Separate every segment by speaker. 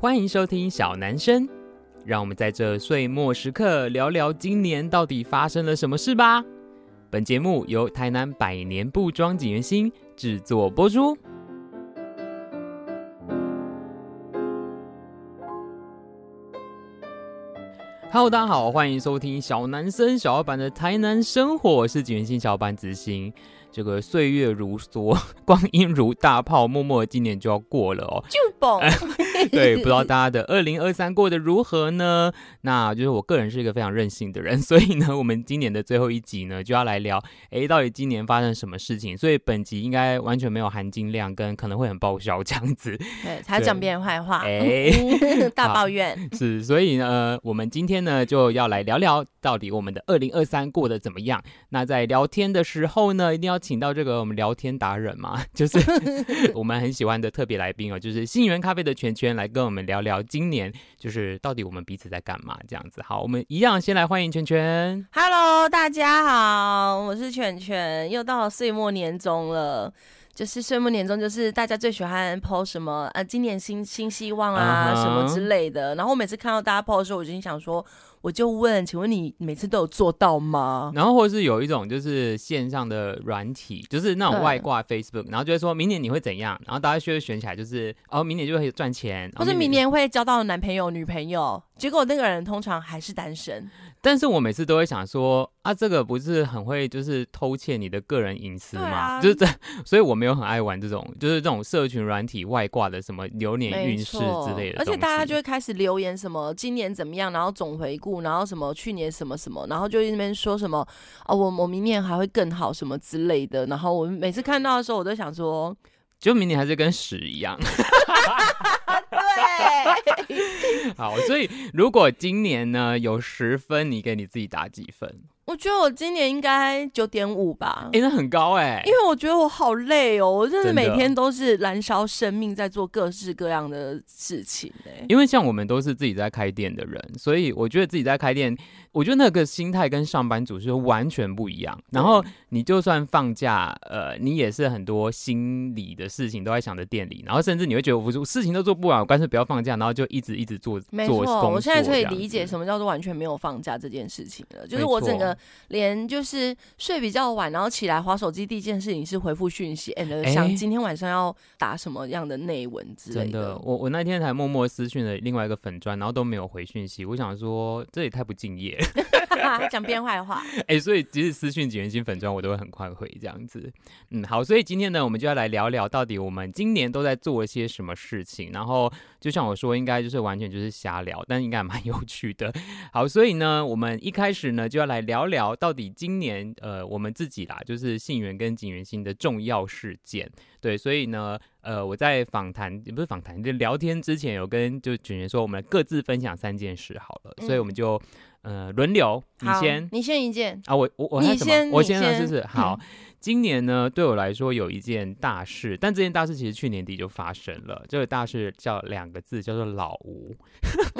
Speaker 1: 欢迎收听小男生，让我们在这岁末时刻聊聊今年到底发生了什么事吧。本节目由台南百年布庄景元星制作播出。Hello，大家好，欢迎收听小男生小老板的台南生活，我是景元星小老板子欣。这个岁月如梭， 光阴如大炮，默默今年就要过了哦。
Speaker 2: 就蹦，
Speaker 1: 哎 对，不知道大家的二零二三过得如何呢？那就是我个人是一个非常任性的人，所以呢，我们今年的最后一集呢，就要来聊，诶，到底今年发生什么事情？所以本集应该完全没有含金量，跟可能会很爆笑这样子。
Speaker 2: 对，才讲别人坏话，
Speaker 1: 哎
Speaker 2: 大抱怨。
Speaker 1: 是，所以呢，呃我们今天呢就要来聊聊到底我们的二零二三过得怎么样。那在聊天的时候呢，一定要请到这个我们聊天达人嘛， 就是 我们很喜欢的特别来宾哦，就是信源咖啡的圈圈来跟我们聊聊今年就是到底我们彼此在干嘛这样子。好，我们一样先来欢迎圈圈。
Speaker 2: Hello，大家好，我是犬犬，又到了岁末年终了。就是岁末年终，就是大家最喜欢 PO 什么呃，今年新新希望啊
Speaker 1: 嗯哼
Speaker 2: 什么之类的。然后我每次看到大家 PO 的时候，我就心想说，我就问，请问你每次都有做到吗？
Speaker 1: 然后或是有一种就是线上的软体，就是那种
Speaker 2: 对
Speaker 1: 外挂 Facebook，然后就会说明年你会怎样，然后大家就会选起来，就是哦，明年就会赚钱，
Speaker 2: 或
Speaker 1: 是
Speaker 2: 者明年会交到男朋友、女朋友，结果那个人通常还是单身。
Speaker 1: 但是我每次都会想说啊，这个不是很会就是偷窃你的个人隐私
Speaker 2: 对
Speaker 1: 吗？
Speaker 2: 啊
Speaker 1: 就是这， 所以我没有很爱玩这种，就是这种社群软体外挂的什么流年运势之类的
Speaker 2: 而
Speaker 1: 东西。
Speaker 2: 且大家就会开始留言什么今年怎么样，然后总回顾，然后什么去年什么什么，然后就一边说什么哦，我我明年还会更好什么之类的。然后我每次看到的时候，我都想说，
Speaker 1: 就明年还是跟屎一样。
Speaker 2: 对，
Speaker 1: 好，所以如果今年呢有十分，你给你自己打几分？
Speaker 2: 我觉得我今年应该九点五吧。
Speaker 1: 哎、那很高哎、
Speaker 2: 因为我觉得我好累哦，我真的
Speaker 1: 真的
Speaker 2: 每天都是燃烧生命在做各式各样的事情哎、
Speaker 1: 因为像我们都是自己在开店的人，所以我觉得自己在开店，我觉得那个心态跟上班族是完全不一样。然后你就算放假，呃，你也是很多心理的事情都在想着店里，然后甚至你会觉得我事情都做不完，我干脆不要放假，然后就一直一直做
Speaker 2: 没
Speaker 1: 做工
Speaker 2: 错，
Speaker 1: 作。
Speaker 2: 我现在可
Speaker 1: 这
Speaker 2: 以
Speaker 1: 样子
Speaker 2: 理解什么叫做完全没有放假这件事情了。就是
Speaker 1: 没
Speaker 2: 我整
Speaker 1: 错
Speaker 2: 个连就是睡比较晚，然后起来划手机，第一件事情是回复讯息，and 呃
Speaker 1: 哎
Speaker 2: 想今天晚上要打什么样的内文之类
Speaker 1: 真的，
Speaker 2: 的。
Speaker 1: 我我那天才默默私讯了另外一个粉砖，然后都没有回讯息。我想说这也太不敬业了，
Speaker 2: 讲编坏话，
Speaker 1: 哎、所以即使私讯几元新粉砖，我都会很快回这样子。嗯，好，所以今天呢，我们就要来聊聊到底我们今年都在做一些什么事情。然后就像我说，应该就是完全就是瞎聊，但应该还蛮有趣的。好，所以呢，我们一开始呢就要来聊聊到底今年呃我们自己啦，就是信源跟景元新的重要事件。对，所以呢。呃，我在访谈也不是访谈，就聊天之前有跟就景元说，我们各自分享三件事好了，所以我们就呃轮流，你
Speaker 2: 好
Speaker 1: 先，
Speaker 2: 你先一件，
Speaker 1: 啊，我我我
Speaker 2: 你
Speaker 1: 还有什
Speaker 2: 先
Speaker 1: 么？我
Speaker 2: 你
Speaker 1: 先呢，
Speaker 2: 先嗯
Speaker 1: 就是好。今年呢，对我来说有一件大事，但这件大事其实去年底就发生了。这个大事叫两个字，叫做老吴。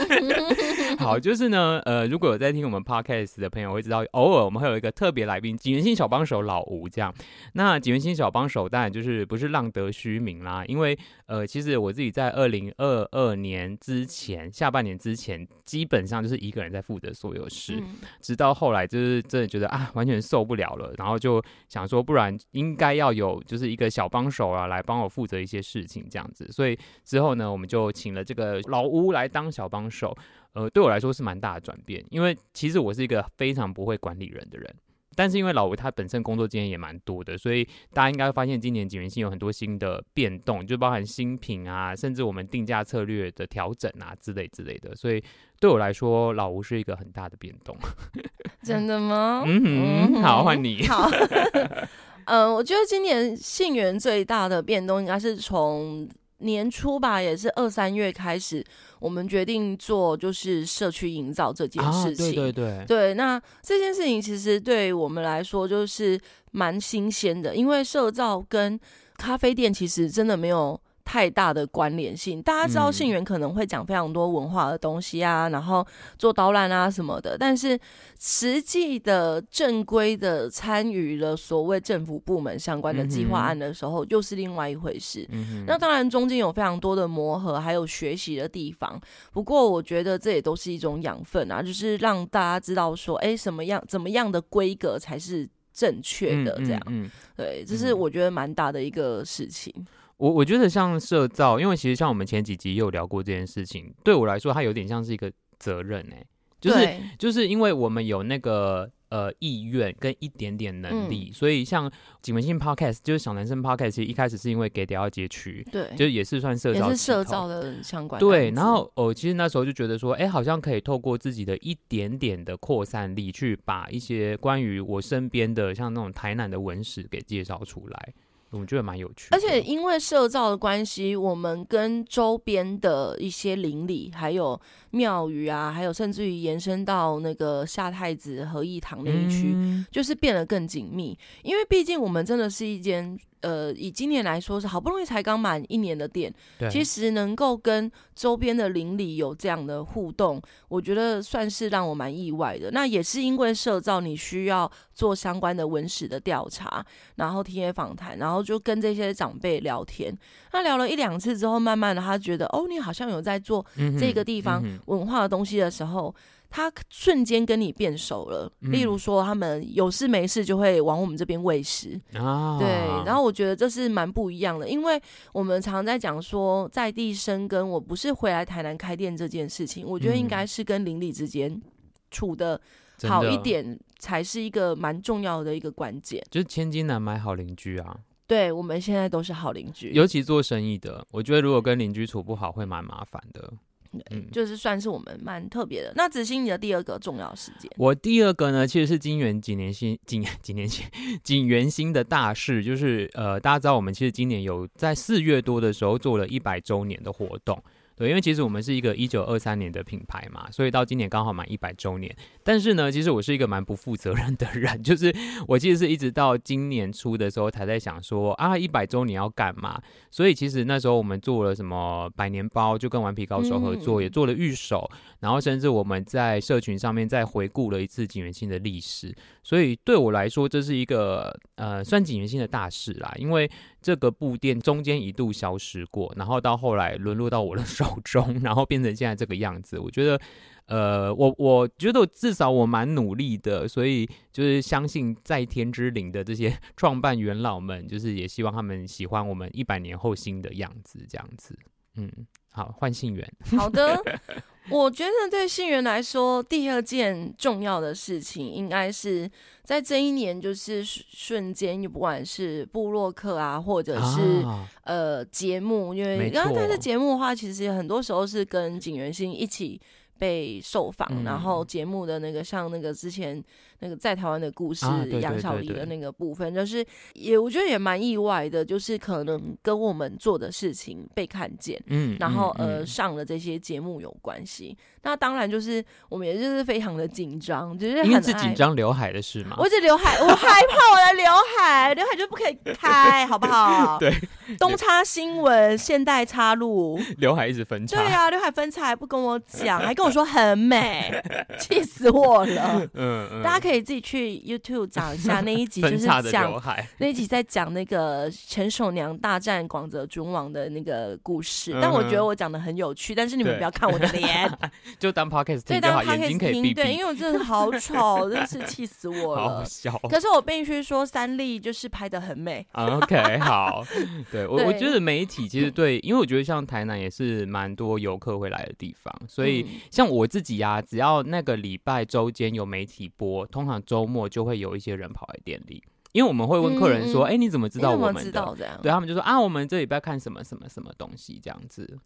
Speaker 1: 好，就是呢，呃，如果有在听我们 podcast 的朋友会知道，偶尔我们会有一个特别来宾，景元新小帮手老吴这样。那景元新小帮手当然就是不是浪得虚名啦，因为呃，其实我自己在二零二二年之前，下半年之前，基本上就是一个人在负责所有事。
Speaker 2: 嗯
Speaker 1: 直到后来就是真的觉得啊，完全受不了了，然后就想说，不然应该要有就是一个小帮手啊，来帮我负责一些事情这样子。所以之后呢，我们就请了这个老屋来当小帮手。呃，对我来说是蛮大的转变，因为其实我是一个非常不会管理人的人。但是因为老吴他本身工作经验也蛮多的，所以大家应该会发现今年景元星有很多新的变动，就包含新品啊，甚至我们定价策略的调整啊之类之类的。所以对我来说，老吴是一个很大的变动。
Speaker 2: 真的吗？
Speaker 1: 嗯哼，好，
Speaker 2: 哼
Speaker 1: 换你。
Speaker 2: 哦好， 嗯，我觉得今年信源最大的变动应该是从年初吧，也是二三月开始，我们决定做就是社区营造这件事
Speaker 1: 啊
Speaker 2: 情。
Speaker 1: 对对对，
Speaker 2: 对，那这件事情其实对我们来说就是蛮新鲜的，因为社造跟咖啡店其实真的没有太大的关联性。大家知道
Speaker 1: 嗯
Speaker 2: 信源可能会讲非常多文化的东西啊，然后做导览啊什么的，但是实际的正规的参与了所谓政府部门相关的计划
Speaker 1: 嗯哼
Speaker 2: 案的时候，又是另外一回事。
Speaker 1: 嗯
Speaker 2: 那当然，中间有非常多的磨合，还有学习的地方。不过，我觉得这也都是一种养分啊，就是让大家知道说，哎，什么样怎么样的规格才是正确的，这样、
Speaker 1: 嗯嗯嗯
Speaker 2: 对，这是
Speaker 1: 嗯
Speaker 2: 我觉得蛮大的一个事情。
Speaker 1: 我我觉得像社造，因为其实像我们前几集也有聊过这件事情，对我来说，它有点像是一个责任哎、就是
Speaker 2: 对
Speaker 1: 就是因为我们有那个呃意愿跟一点点能
Speaker 2: 嗯
Speaker 1: 力，所以像景文性 Podcast 就是小男生 Podcast，其实一开始是因为给屌要街区，
Speaker 2: 对，
Speaker 1: 就是也是算社
Speaker 2: 也
Speaker 1: 造
Speaker 2: 是
Speaker 1: 系统
Speaker 2: 社造的相关
Speaker 1: 对，
Speaker 2: 案子
Speaker 1: 然后我、哦、其实那时候就觉得说，哎，好像可以透过自己的一点点的扩散力，去把一些关于我身边的像那种台南的文史给介绍出来，我觉得蛮有趣的。
Speaker 2: 而且因为社造的关系，我们跟周边的一些邻里，还有庙宇啊，还有甚至于延伸到那个下太子和义堂那一区，
Speaker 1: 嗯
Speaker 2: 就是变得更紧密。因为毕竟我们真的是一间呃，以今年来说是好不容易才刚满一年的店，
Speaker 1: 对，
Speaker 2: 其实能够跟周边的邻里有这样的互动，我觉得算是让我蛮意外的。那也是因为社造，你需要做相关的文史的调查，然后田野访谈，然后就跟这些长辈聊天。那聊了一两次之后，慢慢的他觉得，哦，你好像有在做
Speaker 1: 嗯
Speaker 2: 这
Speaker 1: 哼
Speaker 2: 个地方
Speaker 1: 嗯哼
Speaker 2: 文化的东西的时候，他瞬间跟你变熟了。
Speaker 1: 嗯
Speaker 2: 例如说，他们有事没事就会往我们这边喂食，
Speaker 1: 啊，
Speaker 2: 对。然
Speaker 1: 后
Speaker 2: 后我觉得这是蛮不一样的，因为我们常在讲说在地生根，我不是回来台南开店这件事情，我觉得应
Speaker 1: 嗯
Speaker 2: 该是跟邻里之间处的好一，点，才是一个蛮重要的一个关键。
Speaker 1: 就是千金难买好邻居啊，
Speaker 2: 对我们现在都是好邻居，
Speaker 1: 尤其做生意的，我觉得如果跟邻居处不好，会蛮麻烦的。嗯，
Speaker 2: 就是算是我们蛮特别的。那子欣，你的第二个重要事件，
Speaker 1: 我第二个呢，其实是金元几年新 景几年新景元新的大事，就是呃，大家知道我们其实今年有在四月多的时候做了一百周年的活动。对，因为其实我们是一个一九二三年的品牌嘛，所以到今年刚好满一百周年。但是呢，其实我是一个蛮不负责任的人， 就是我其实是一直到今年初的时候才在想说啊，一百周年要干嘛？所以其实那时候我们做了什么百年包，就跟顽皮高手合作，
Speaker 2: 嗯
Speaker 1: 也做了预手，然后甚至我们在社群上面再回顾了一次景元星的历史，所以对我来说这是一个呃算景元星的大事啦，因为这个布店中间一度消失过，然后到后来沦落到我的 手中，然后变成现在这个样子，我觉得。呃，我我觉得至少我蛮努力的，所以就是相信在天之灵的这些 创办元老们，就是也希望他们喜欢我们一百年后新的样子，这样子。嗯，好，换信源。
Speaker 2: 好的，我觉得对信源来说，第二件重要的事情应该是在这一年，就是瞬瞬间，你不管是部落客啊，或者是、
Speaker 1: 啊、
Speaker 2: 呃节目，因为
Speaker 1: 没
Speaker 2: 刚刚但是
Speaker 1: 错
Speaker 2: 节目的话，其实很多时候是跟景元星一起。被受访，
Speaker 1: 嗯
Speaker 2: 然后节目的那个像那个之前那个在台湾的故事
Speaker 1: 啊对对
Speaker 2: 杨小
Speaker 1: 对
Speaker 2: 黎
Speaker 1: 对
Speaker 2: 的那个部分，就是也我觉得也蛮意外的，就是可能跟我们做的事情被看见，
Speaker 1: 嗯
Speaker 2: 然后
Speaker 1: 嗯
Speaker 2: 呃
Speaker 1: 嗯
Speaker 2: 上了这些节目有关系。那当然就是我们也就是非常的紧张，就是
Speaker 1: 因为
Speaker 2: 很
Speaker 1: 是紧
Speaker 2: 爱。
Speaker 1: 张刘海的事嘛。
Speaker 2: 我一直刘海，我害怕我的刘海，刘海就不可以开，好不好？
Speaker 1: 对，
Speaker 2: 东插新闻，现代插入。
Speaker 1: 刘海一直分
Speaker 2: 对啊，刘海分叉还不跟我讲，还跟我说很美，气死我了！
Speaker 1: 嗯嗯
Speaker 2: 大家可以自己去 YouTube 找一下那一集，就
Speaker 1: 分
Speaker 2: 是
Speaker 1: 叉的
Speaker 2: 讲
Speaker 1: 刘海，
Speaker 2: 那一集在讲那个陈守娘大战广泽君王的那个故事，但我觉
Speaker 1: 嗯
Speaker 2: 得
Speaker 1: 哼
Speaker 2: 我讲的很有趣，但是你们
Speaker 1: 对
Speaker 2: 不要看我的脸，
Speaker 1: 就当 podcast
Speaker 2: 对，
Speaker 1: 听就
Speaker 2: 大
Speaker 1: 好，
Speaker 2: 家他
Speaker 1: 眼睛可以闭
Speaker 2: 听，对，因
Speaker 1: 闭，
Speaker 2: 为我真的好 丑，真是气死我
Speaker 1: 好
Speaker 2: 了。
Speaker 1: 笑。
Speaker 2: 可是我必须说，三立就是拍的很美，
Speaker 1: 啊 OK，好， 对我我
Speaker 2: 对
Speaker 1: 觉得媒体其实对，因为我觉得像台南也是蛮多游客会来的地方，所以
Speaker 2: 嗯
Speaker 1: 像我自己啊，只要那个礼拜周间有媒体播，通常周末就会有一些人跑来店里，因为我们会问客人说，
Speaker 2: 嗯嗯
Speaker 1: 哎、你怎么知
Speaker 2: 你
Speaker 1: 道
Speaker 2: 怎
Speaker 1: 我
Speaker 2: 么
Speaker 1: 们
Speaker 2: 知
Speaker 1: 的？
Speaker 2: 道这样？
Speaker 1: 对他们就说啊，我们这礼拜看什么什么什么东西这样子。嗯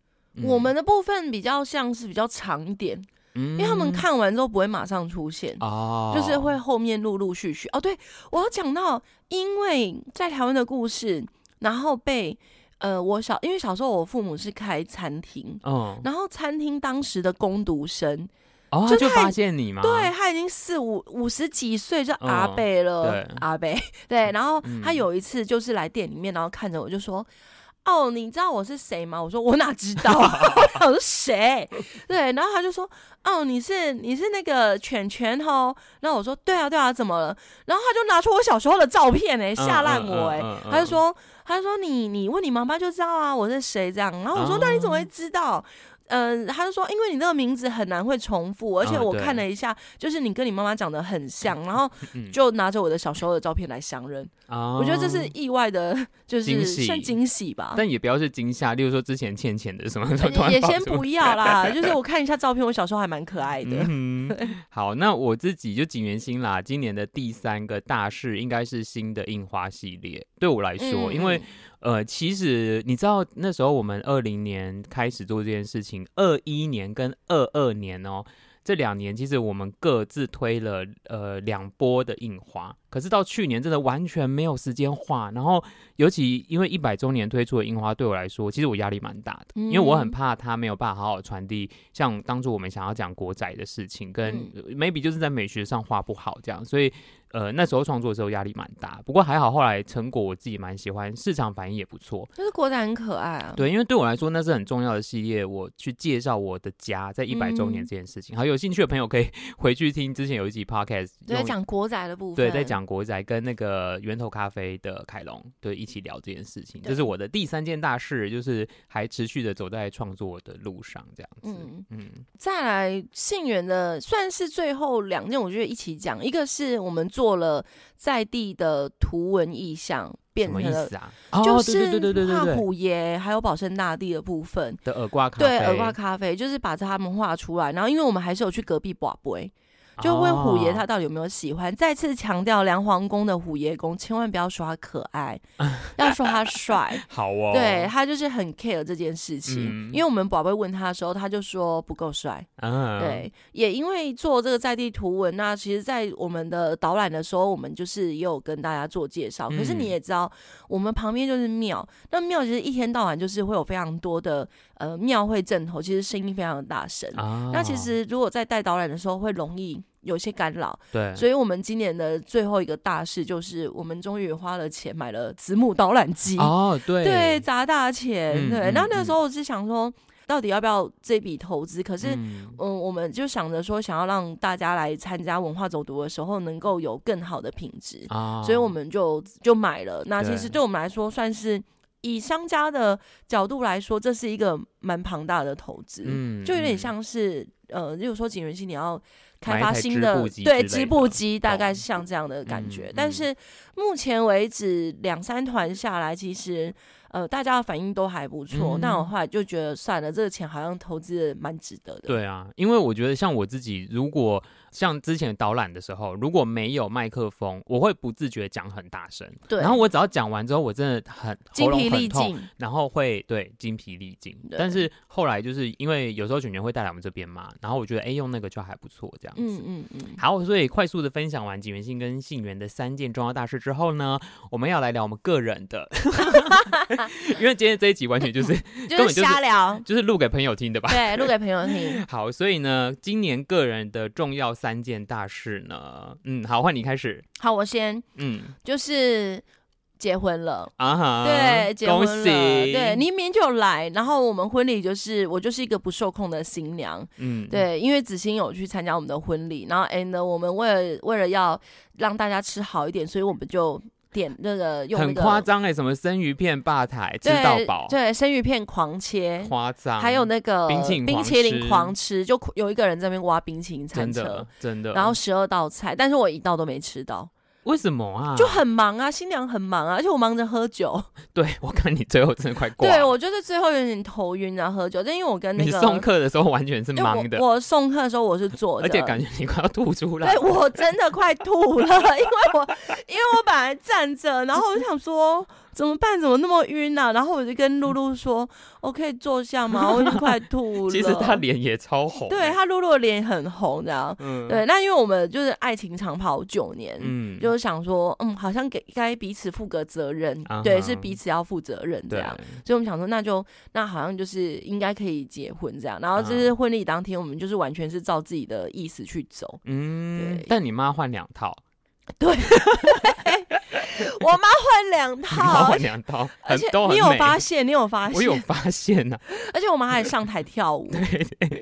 Speaker 2: 我们的部分比较像是比较长一点，
Speaker 1: 因
Speaker 2: 因为他们看完之后不会马上出现。
Speaker 1: 嗯哦，
Speaker 2: 就是会后面陆陆续续哦。对，我要讲到，因为在台湾的故事，然后被呃，我小因为小时候我父母是开餐厅，
Speaker 1: 嗯，
Speaker 2: 然后餐厅当时的工读生，
Speaker 1: 哦，他
Speaker 2: 就
Speaker 1: 就
Speaker 2: 太
Speaker 1: 发现你吗？
Speaker 2: 对他已经四五五十几岁，就阿
Speaker 1: 嗯
Speaker 2: 贝了，
Speaker 1: 对
Speaker 2: 阿贝对。然后他
Speaker 1: 嗯
Speaker 2: 有一次就是来店里面，然后看着我就说。哦，你知道我是谁吗？”我说：“我哪知 道 啊？我说谁？”对，然后他就说：“哦，你是你是那个犬犬哦。”然后我说：“对啊，对啊，怎么了？”然后他就拿出我小时候的照片、欸，哎，吓烂我、欸，哎、
Speaker 1: 嗯嗯嗯
Speaker 2: 他就说：“他就说你你问你妈妈就知道啊，我是谁这样。”然
Speaker 1: 啊
Speaker 2: 后我说：“那你怎么会知道？”嗯、他就说：“因为你那个名字很难会重复，而且
Speaker 1: 啊
Speaker 2: 我
Speaker 1: 对嗯
Speaker 2: 看了一下，就是你跟你妈妈长得很像，然后就拿着我的小时候的照片来相认。
Speaker 1: 啊
Speaker 2: 我觉得这是意外的， 就
Speaker 1: 惊
Speaker 2: 是
Speaker 1: 喜
Speaker 2: 算惊喜吧。
Speaker 1: 但也不要是惊吓，例如说之前倩倩的什么
Speaker 2: 呃
Speaker 1: 的， 突然
Speaker 2: 啊也
Speaker 1: 爆
Speaker 2: 先
Speaker 1: 出
Speaker 2: 不要啦，就是我看一下照片，我小时候还蛮可爱的。
Speaker 1: 嗯哼好，那我自己就景元星啦。今年的第三个大事应该是新的印花系列，对我来说，
Speaker 2: 嗯
Speaker 1: 因为呃，其实你知道那时候我们二零年开始做这件事情，二一年跟二二年哦。这两年其实我们各自推了呃两波的印花，可是到去年真的完全没有时间画。然后尤其因为一百周年推出的印花，对我来说，其实我压力蛮大的，因为我很
Speaker 2: 嗯
Speaker 1: 怕它没有办法好好传递像当初我们想要讲国宅的事情，跟、
Speaker 2: 嗯
Speaker 1: 呃 maybe 就是在美学上画不好这样，所以呃那时候创作的时候压力蛮大，不过还好后来成果我自己蛮喜欢，市场反应也不错。
Speaker 2: 就是国仔很可爱啊。
Speaker 1: 对，因为对我来说那是很重要的系列，我去介绍我的家在一百周年
Speaker 2: 嗯
Speaker 1: 这件事情。好，有兴趣的朋友可以 回去听之前有一集 podcast，
Speaker 2: 对，在
Speaker 1: 用
Speaker 2: 讲国仔的部
Speaker 1: 对
Speaker 2: 分。
Speaker 1: 在。讲国宅跟那个源头咖啡的凯龙对一起聊这件事情，这
Speaker 2: 对
Speaker 1: 是我的第三件大事，就是还持续的走在创作的路上这样子。
Speaker 2: 嗯，
Speaker 1: 嗯
Speaker 2: 再来信源的算是最后两件，我觉得一起讲。一个是我们做了在地的图文意象，变
Speaker 1: 什么
Speaker 2: 成
Speaker 1: 意
Speaker 2: 了
Speaker 1: 思啊？哦，
Speaker 2: 就
Speaker 1: 对对对对
Speaker 2: 是画
Speaker 1: 对对对
Speaker 2: 虎爷还有保生大帝的部分。
Speaker 1: 的耳挂咖啡，
Speaker 2: 对，耳挂咖啡就是把他们画出来，然后因为我们还是有去隔壁宝贝，就问虎爷他
Speaker 1: 哦
Speaker 2: 到底有没有喜欢。再次强调，梁皇宫的虎爷公千万不要说他可爱， 要说他帅。
Speaker 1: 好哦，
Speaker 2: 对，他就是很 care 这件事情，
Speaker 1: 嗯
Speaker 2: 因为我们宝贝问他的时候，他就说不够帅。
Speaker 1: 嗯，
Speaker 2: 对，也因为做这个在地图文那其实，在我们的导览的时候，我们就是也有跟大家做介绍。可是
Speaker 1: 嗯
Speaker 2: 你也知道，我们旁边就是庙，那庙其实一天到晚就是会有非常多的呃庙会阵头，其实声音非常的大声。
Speaker 1: 啊，
Speaker 2: 那其实如果在带导览的时候，会容易有一些干扰，
Speaker 1: 对，
Speaker 2: 所以我们今年的最后一个大事就是，我们终于花了钱买了子母导览机，
Speaker 1: 哦，对
Speaker 2: 对，砸大钱，
Speaker 1: 嗯
Speaker 2: 对。
Speaker 1: 嗯
Speaker 2: 那那个
Speaker 1: 嗯
Speaker 2: 时候我是想说，到底要不要这笔投资？可是。嗯
Speaker 1: 嗯
Speaker 2: 我们就想着说，想要让大家来参加文化走读的时候，能够有更好的品质，
Speaker 1: 啊，
Speaker 2: 所以我们就就买了。那其
Speaker 1: 对
Speaker 2: 实对我们来说，算是以商家的角度来说，这是一个蛮庞大的投资。
Speaker 1: 嗯
Speaker 2: 就有点
Speaker 1: 嗯
Speaker 2: 像是呃，例如说景元熙你要开
Speaker 1: 买一
Speaker 2: 发
Speaker 1: 台
Speaker 2: 新
Speaker 1: 织
Speaker 2: 的
Speaker 1: 布机
Speaker 2: 对
Speaker 1: 之
Speaker 2: 织
Speaker 1: 类
Speaker 2: 布
Speaker 1: 的
Speaker 2: 机，大概
Speaker 1: 懂
Speaker 2: 是像这样的感
Speaker 1: 嗯
Speaker 2: 觉。
Speaker 1: 嗯
Speaker 2: 但是目前为止两三团下来，其实呃大家的反应都还不错。那我
Speaker 1: 嗯
Speaker 2: 后来就觉得算了，这个钱好像投资得蛮值得的。
Speaker 1: 对啊，因为我觉得像我自己，如果像之前导览的时候，如果没有麦克风，我会不自觉讲很大声。
Speaker 2: 对
Speaker 1: 然后我只要讲完之后，我真的很
Speaker 2: 精
Speaker 1: 喉咙
Speaker 2: 疲
Speaker 1: 很
Speaker 2: 力
Speaker 1: 痛
Speaker 2: 尽，
Speaker 1: 然后会对精疲力尽。
Speaker 2: 对
Speaker 1: 但是后来就是因为有时候卷卷会带来我们这边嘛，然后我觉得哎用那个就还不错这样子。
Speaker 2: 嗯嗯嗯，
Speaker 1: 好，所以快速的分享完景元信跟信源的三件重要大事之后呢，我们要来聊我们个人的， 因为今天这一集完全就是
Speaker 2: 就
Speaker 1: 根本
Speaker 2: 是
Speaker 1: 就是，
Speaker 2: 瞎聊
Speaker 1: 就是录给朋友听的吧。
Speaker 2: 对，录给朋友听。
Speaker 1: 好，所以呢，今年个人的重要三件大事呢，嗯，好，换你开始，
Speaker 2: 好，我先
Speaker 1: 嗯
Speaker 2: 就是结婚了。
Speaker 1: 啊哈，
Speaker 2: 对，结
Speaker 1: 恭
Speaker 2: 婚
Speaker 1: 喜，
Speaker 2: 了，对你明天就来，然后我们婚礼就是我就是一个不受控的新娘，
Speaker 1: 嗯，
Speaker 2: 对，因为子欣有去参加我们的婚礼，然后 and 呢我们为了为了要让大家吃好一点，所以我们就点那个用那
Speaker 1: 很
Speaker 2: 个
Speaker 1: 夸张哎，什么生鱼片吧台吃
Speaker 2: 对
Speaker 1: 到饱，
Speaker 2: 对，生鱼片狂切。
Speaker 1: 夸张，
Speaker 2: 还有那个
Speaker 1: 冰淇淋狂
Speaker 2: 淇淋
Speaker 1: 吃
Speaker 2: 狂吃，就有一个人在那边挖冰淇淋餐
Speaker 1: 真
Speaker 2: 车
Speaker 1: 的，真的，
Speaker 2: 然后十二道菜，但是我一道都没吃到，
Speaker 1: 为什么啊？
Speaker 2: 就很忙啊，新娘很忙啊，而且我忙着喝酒，
Speaker 1: 对我看你最后真的快挂了，
Speaker 2: 对我就是最后有点头晕啊，喝酒，但因为我跟那
Speaker 1: 你
Speaker 2: 个
Speaker 1: 送客的时候完全是
Speaker 2: 因为
Speaker 1: 忙的，
Speaker 2: 我我送客的时候我是坐着，
Speaker 1: 而且感觉你快要吐出来
Speaker 2: 对，我真的快吐了， 因为我因为我本来站着，然后我就想说怎么办，怎么那么晕啊？然后我就跟露露说，我可以坐下吗？我已经快吐 了。
Speaker 1: 其实他脸也超红，
Speaker 2: 对，他露露的脸很红，这样。
Speaker 1: 嗯，
Speaker 2: 对，那因为我们就是爱情长跑九年，
Speaker 1: 嗯，
Speaker 2: 就是想说，嗯，好像给该彼此负个责任
Speaker 1: 啊哈
Speaker 2: 对，是彼此要负责任这
Speaker 1: 对
Speaker 2: 样。所以我们想说，那就那好像就是应该可以结婚这样。然
Speaker 1: 啊
Speaker 2: 后就是婚礼当天，我们就是完全是照自己的意思去 走。
Speaker 1: 嗯
Speaker 2: 对，
Speaker 1: 但你妈换两套，
Speaker 2: 我妈换 两
Speaker 1: 老
Speaker 2: 套
Speaker 1: 碗，两刀，
Speaker 2: 而
Speaker 1: 很
Speaker 2: 且
Speaker 1: 都很
Speaker 2: 你有
Speaker 1: 美
Speaker 2: 发现，你有发
Speaker 1: 我有
Speaker 2: 现，
Speaker 1: 发现呐、
Speaker 2: 而且我们还上台 跳舞，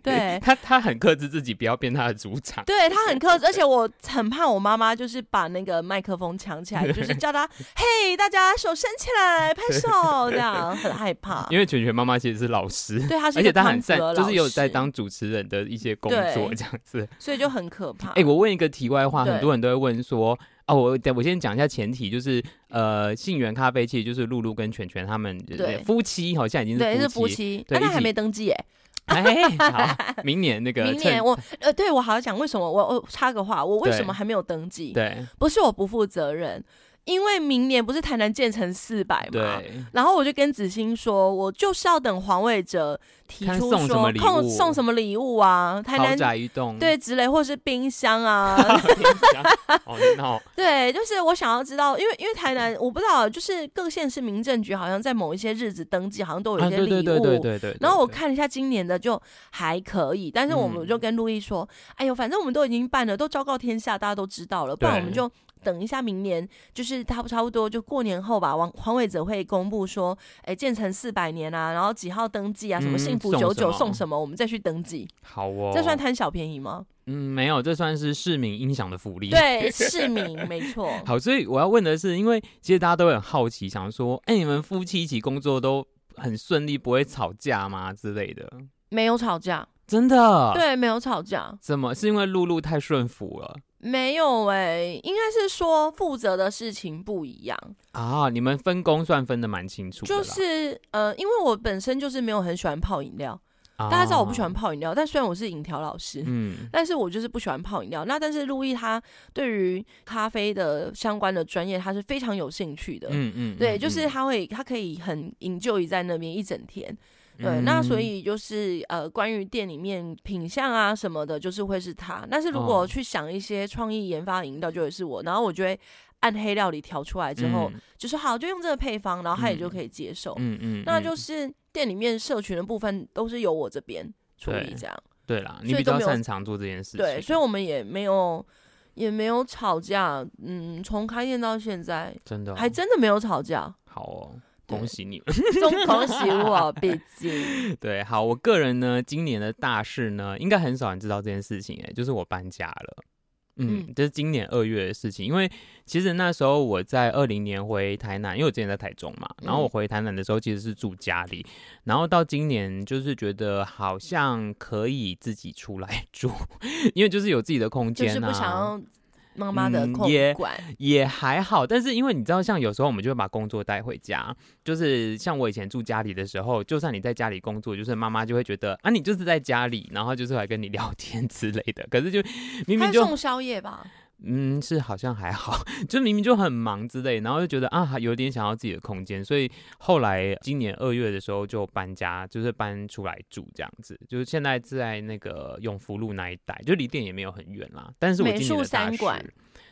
Speaker 2: 对
Speaker 1: 他他很克制自己，不要变他的主场。
Speaker 2: 对他很克制，而且我很怕我妈妈就是把那个麦克风抢起来，就是叫 他嘿，大家手伸起来拍手，这样很害怕。
Speaker 1: 因为全全妈妈其实是老师，
Speaker 2: 对，他是
Speaker 1: 而
Speaker 2: 一
Speaker 1: 且
Speaker 2: 个
Speaker 1: 她
Speaker 2: 康
Speaker 1: 很
Speaker 2: 复
Speaker 1: 在，
Speaker 2: 的
Speaker 1: 就是
Speaker 2: 老
Speaker 1: 有在
Speaker 2: 师，
Speaker 1: 当主持人的一些工作
Speaker 2: 对
Speaker 1: 这样子。
Speaker 2: 所以就很可怕。
Speaker 1: 哎、我问一个题外话，
Speaker 2: 对
Speaker 1: 很多人都会问说，哦，我等我先讲一下前提，就是呃，杏园咖啡其实就是露露跟全全他们呃
Speaker 2: 对
Speaker 1: 夫妻，好像已经
Speaker 2: 对
Speaker 1: 是
Speaker 2: 是夫。妻，
Speaker 1: 对
Speaker 2: 但他
Speaker 1: 一
Speaker 2: 还
Speaker 1: 起
Speaker 2: 没登记耶。
Speaker 1: 哎，好，明年那个
Speaker 2: 明
Speaker 1: 趁
Speaker 2: 年我呃，对我还要讲为什么我我插个话，我为什么还没有登记？
Speaker 1: 对
Speaker 2: 不是我不负责任，因为明年不是台南建成四百嘛。
Speaker 1: 对
Speaker 2: 然后我就跟子欣说，我就是要等黄伟哲提
Speaker 1: 看
Speaker 2: 出
Speaker 1: 送什么
Speaker 2: 说
Speaker 1: 礼
Speaker 2: 控
Speaker 1: 物
Speaker 2: 送什么礼物啊，台
Speaker 1: 豪
Speaker 2: 南
Speaker 1: 宅一栋，
Speaker 2: 对之类，或是冰箱啊，
Speaker 1: 好 闹，
Speaker 2: 对，就是我想要知道，因为因为台南我不知道，就是各县市民政局好像在某一些日子登记，好像都有
Speaker 1: 啊
Speaker 2: 一些
Speaker 1: 对
Speaker 2: 礼
Speaker 1: 对
Speaker 2: 物。
Speaker 1: 对对对对。
Speaker 2: 然后我
Speaker 1: 对
Speaker 2: 看了一下今年的，就还可以，但是我们
Speaker 1: 嗯
Speaker 2: 就跟路易说，哎呦，反正我们都已经办了，都昭告天下，大家都知道了，不然我们
Speaker 1: 对
Speaker 2: 就等一下明年，就是差不差不多就过年后吧，王黄伟哲会公布说，哎，建成四百年啊，然后几号登记啊，什么
Speaker 1: 嗯
Speaker 2: 幸福
Speaker 1: 送
Speaker 2: 九
Speaker 1: 什
Speaker 2: 九
Speaker 1: 么
Speaker 2: 送什么，我们再去登记，
Speaker 1: 好哦，
Speaker 2: 这算贪小便宜吗？
Speaker 1: 嗯没有，这算是市民音响的福利。
Speaker 2: 对，市民没错，
Speaker 1: 好，所以我要问的是，因为其实大家都很好奇，想说，哎、你们夫妻一起工作都很顺利，不会吵架吗之类的？
Speaker 2: 没有吵架，
Speaker 1: 真的？，
Speaker 2: 对，没有吵架。
Speaker 1: 怎么是因为露露太顺服了
Speaker 2: 没有哎、应该是说负责的事情不一样，
Speaker 1: 啊？你们分工算分的蛮清楚的啦，
Speaker 2: 就是呃，因为我本身就是没有很喜欢泡饮料，
Speaker 1: 大
Speaker 2: 大家知道我不喜欢，泡饮料，但虽然我是饮调老师。
Speaker 1: 哦嗯，
Speaker 2: 但是我就是不喜欢泡饮料。那但是路易他对于咖啡的相关的专业，他是非常有兴趣的。
Speaker 1: 嗯嗯，
Speaker 2: 对，
Speaker 1: 嗯
Speaker 2: 就是他会，他可以很营救在那边一整天。对，那
Speaker 1: 嗯
Speaker 2: 所，以就是呃，关于店里面品相啊什么的，就是会是他。但是如果
Speaker 1: 哦
Speaker 2: 去想一些创意研发引导，就会是我。然后我就会按黑料理调出来之后，就说好，就用这个配方，然后他也就
Speaker 1: 嗯
Speaker 2: 可以接受。
Speaker 1: 嗯嗯嗯，
Speaker 2: 那就
Speaker 1: 嗯
Speaker 2: 是店里面社群的部分都是由我这边处理
Speaker 1: 对
Speaker 2: 这样。
Speaker 1: 对啦，你
Speaker 2: 所以
Speaker 1: 比
Speaker 2: 都
Speaker 1: 较
Speaker 2: 没有
Speaker 1: 擅长做这件事情，
Speaker 2: 对，所以我们也没有也没有吵架。嗯，从开店到现在，
Speaker 1: 真的哦
Speaker 2: 还真的没有吵架。
Speaker 1: 好哦。
Speaker 2: 对
Speaker 1: 恭喜你！
Speaker 2: 中 恭喜我，毕竟
Speaker 1: 对，好，我个人呢，今年的大事呢，应该很少人知道这件事情、哎，就是我搬家了。嗯，
Speaker 2: 嗯
Speaker 1: 这是今年二月的事情，因为其实那时候我在二零年回台南，因为我之前在台中嘛，然后我
Speaker 2: 嗯
Speaker 1: 回台南的时候其实是住家里，然后到今年就是觉得好像可以自己出来住，因为就是有自己的空
Speaker 2: 就
Speaker 1: 间、啊，
Speaker 2: 是不想要妈妈的
Speaker 1: 嗯
Speaker 2: 控
Speaker 1: 也
Speaker 2: 管。
Speaker 1: 也还好，但是因为你知道，像有时候我们就会把工作带回家，就是像我以前住家里的时候，就算你在家里工作，就是妈妈就会觉得啊，你就是在家里，然后就是来跟你聊天之类的。可是就明明
Speaker 2: 他是
Speaker 1: 就
Speaker 2: 送宵夜吧？
Speaker 1: 嗯是好像还好， 就明明就很忙之类，然后就觉得啊有点想要自己的空间，所以后来今年二月的时候就搬家，就是搬出来住这样子，就是现在在那个永福路那一带，就离店也没有很远啦。但是我
Speaker 2: 美
Speaker 1: 今年
Speaker 2: 术
Speaker 1: 的大
Speaker 2: 三
Speaker 1: 事
Speaker 2: 馆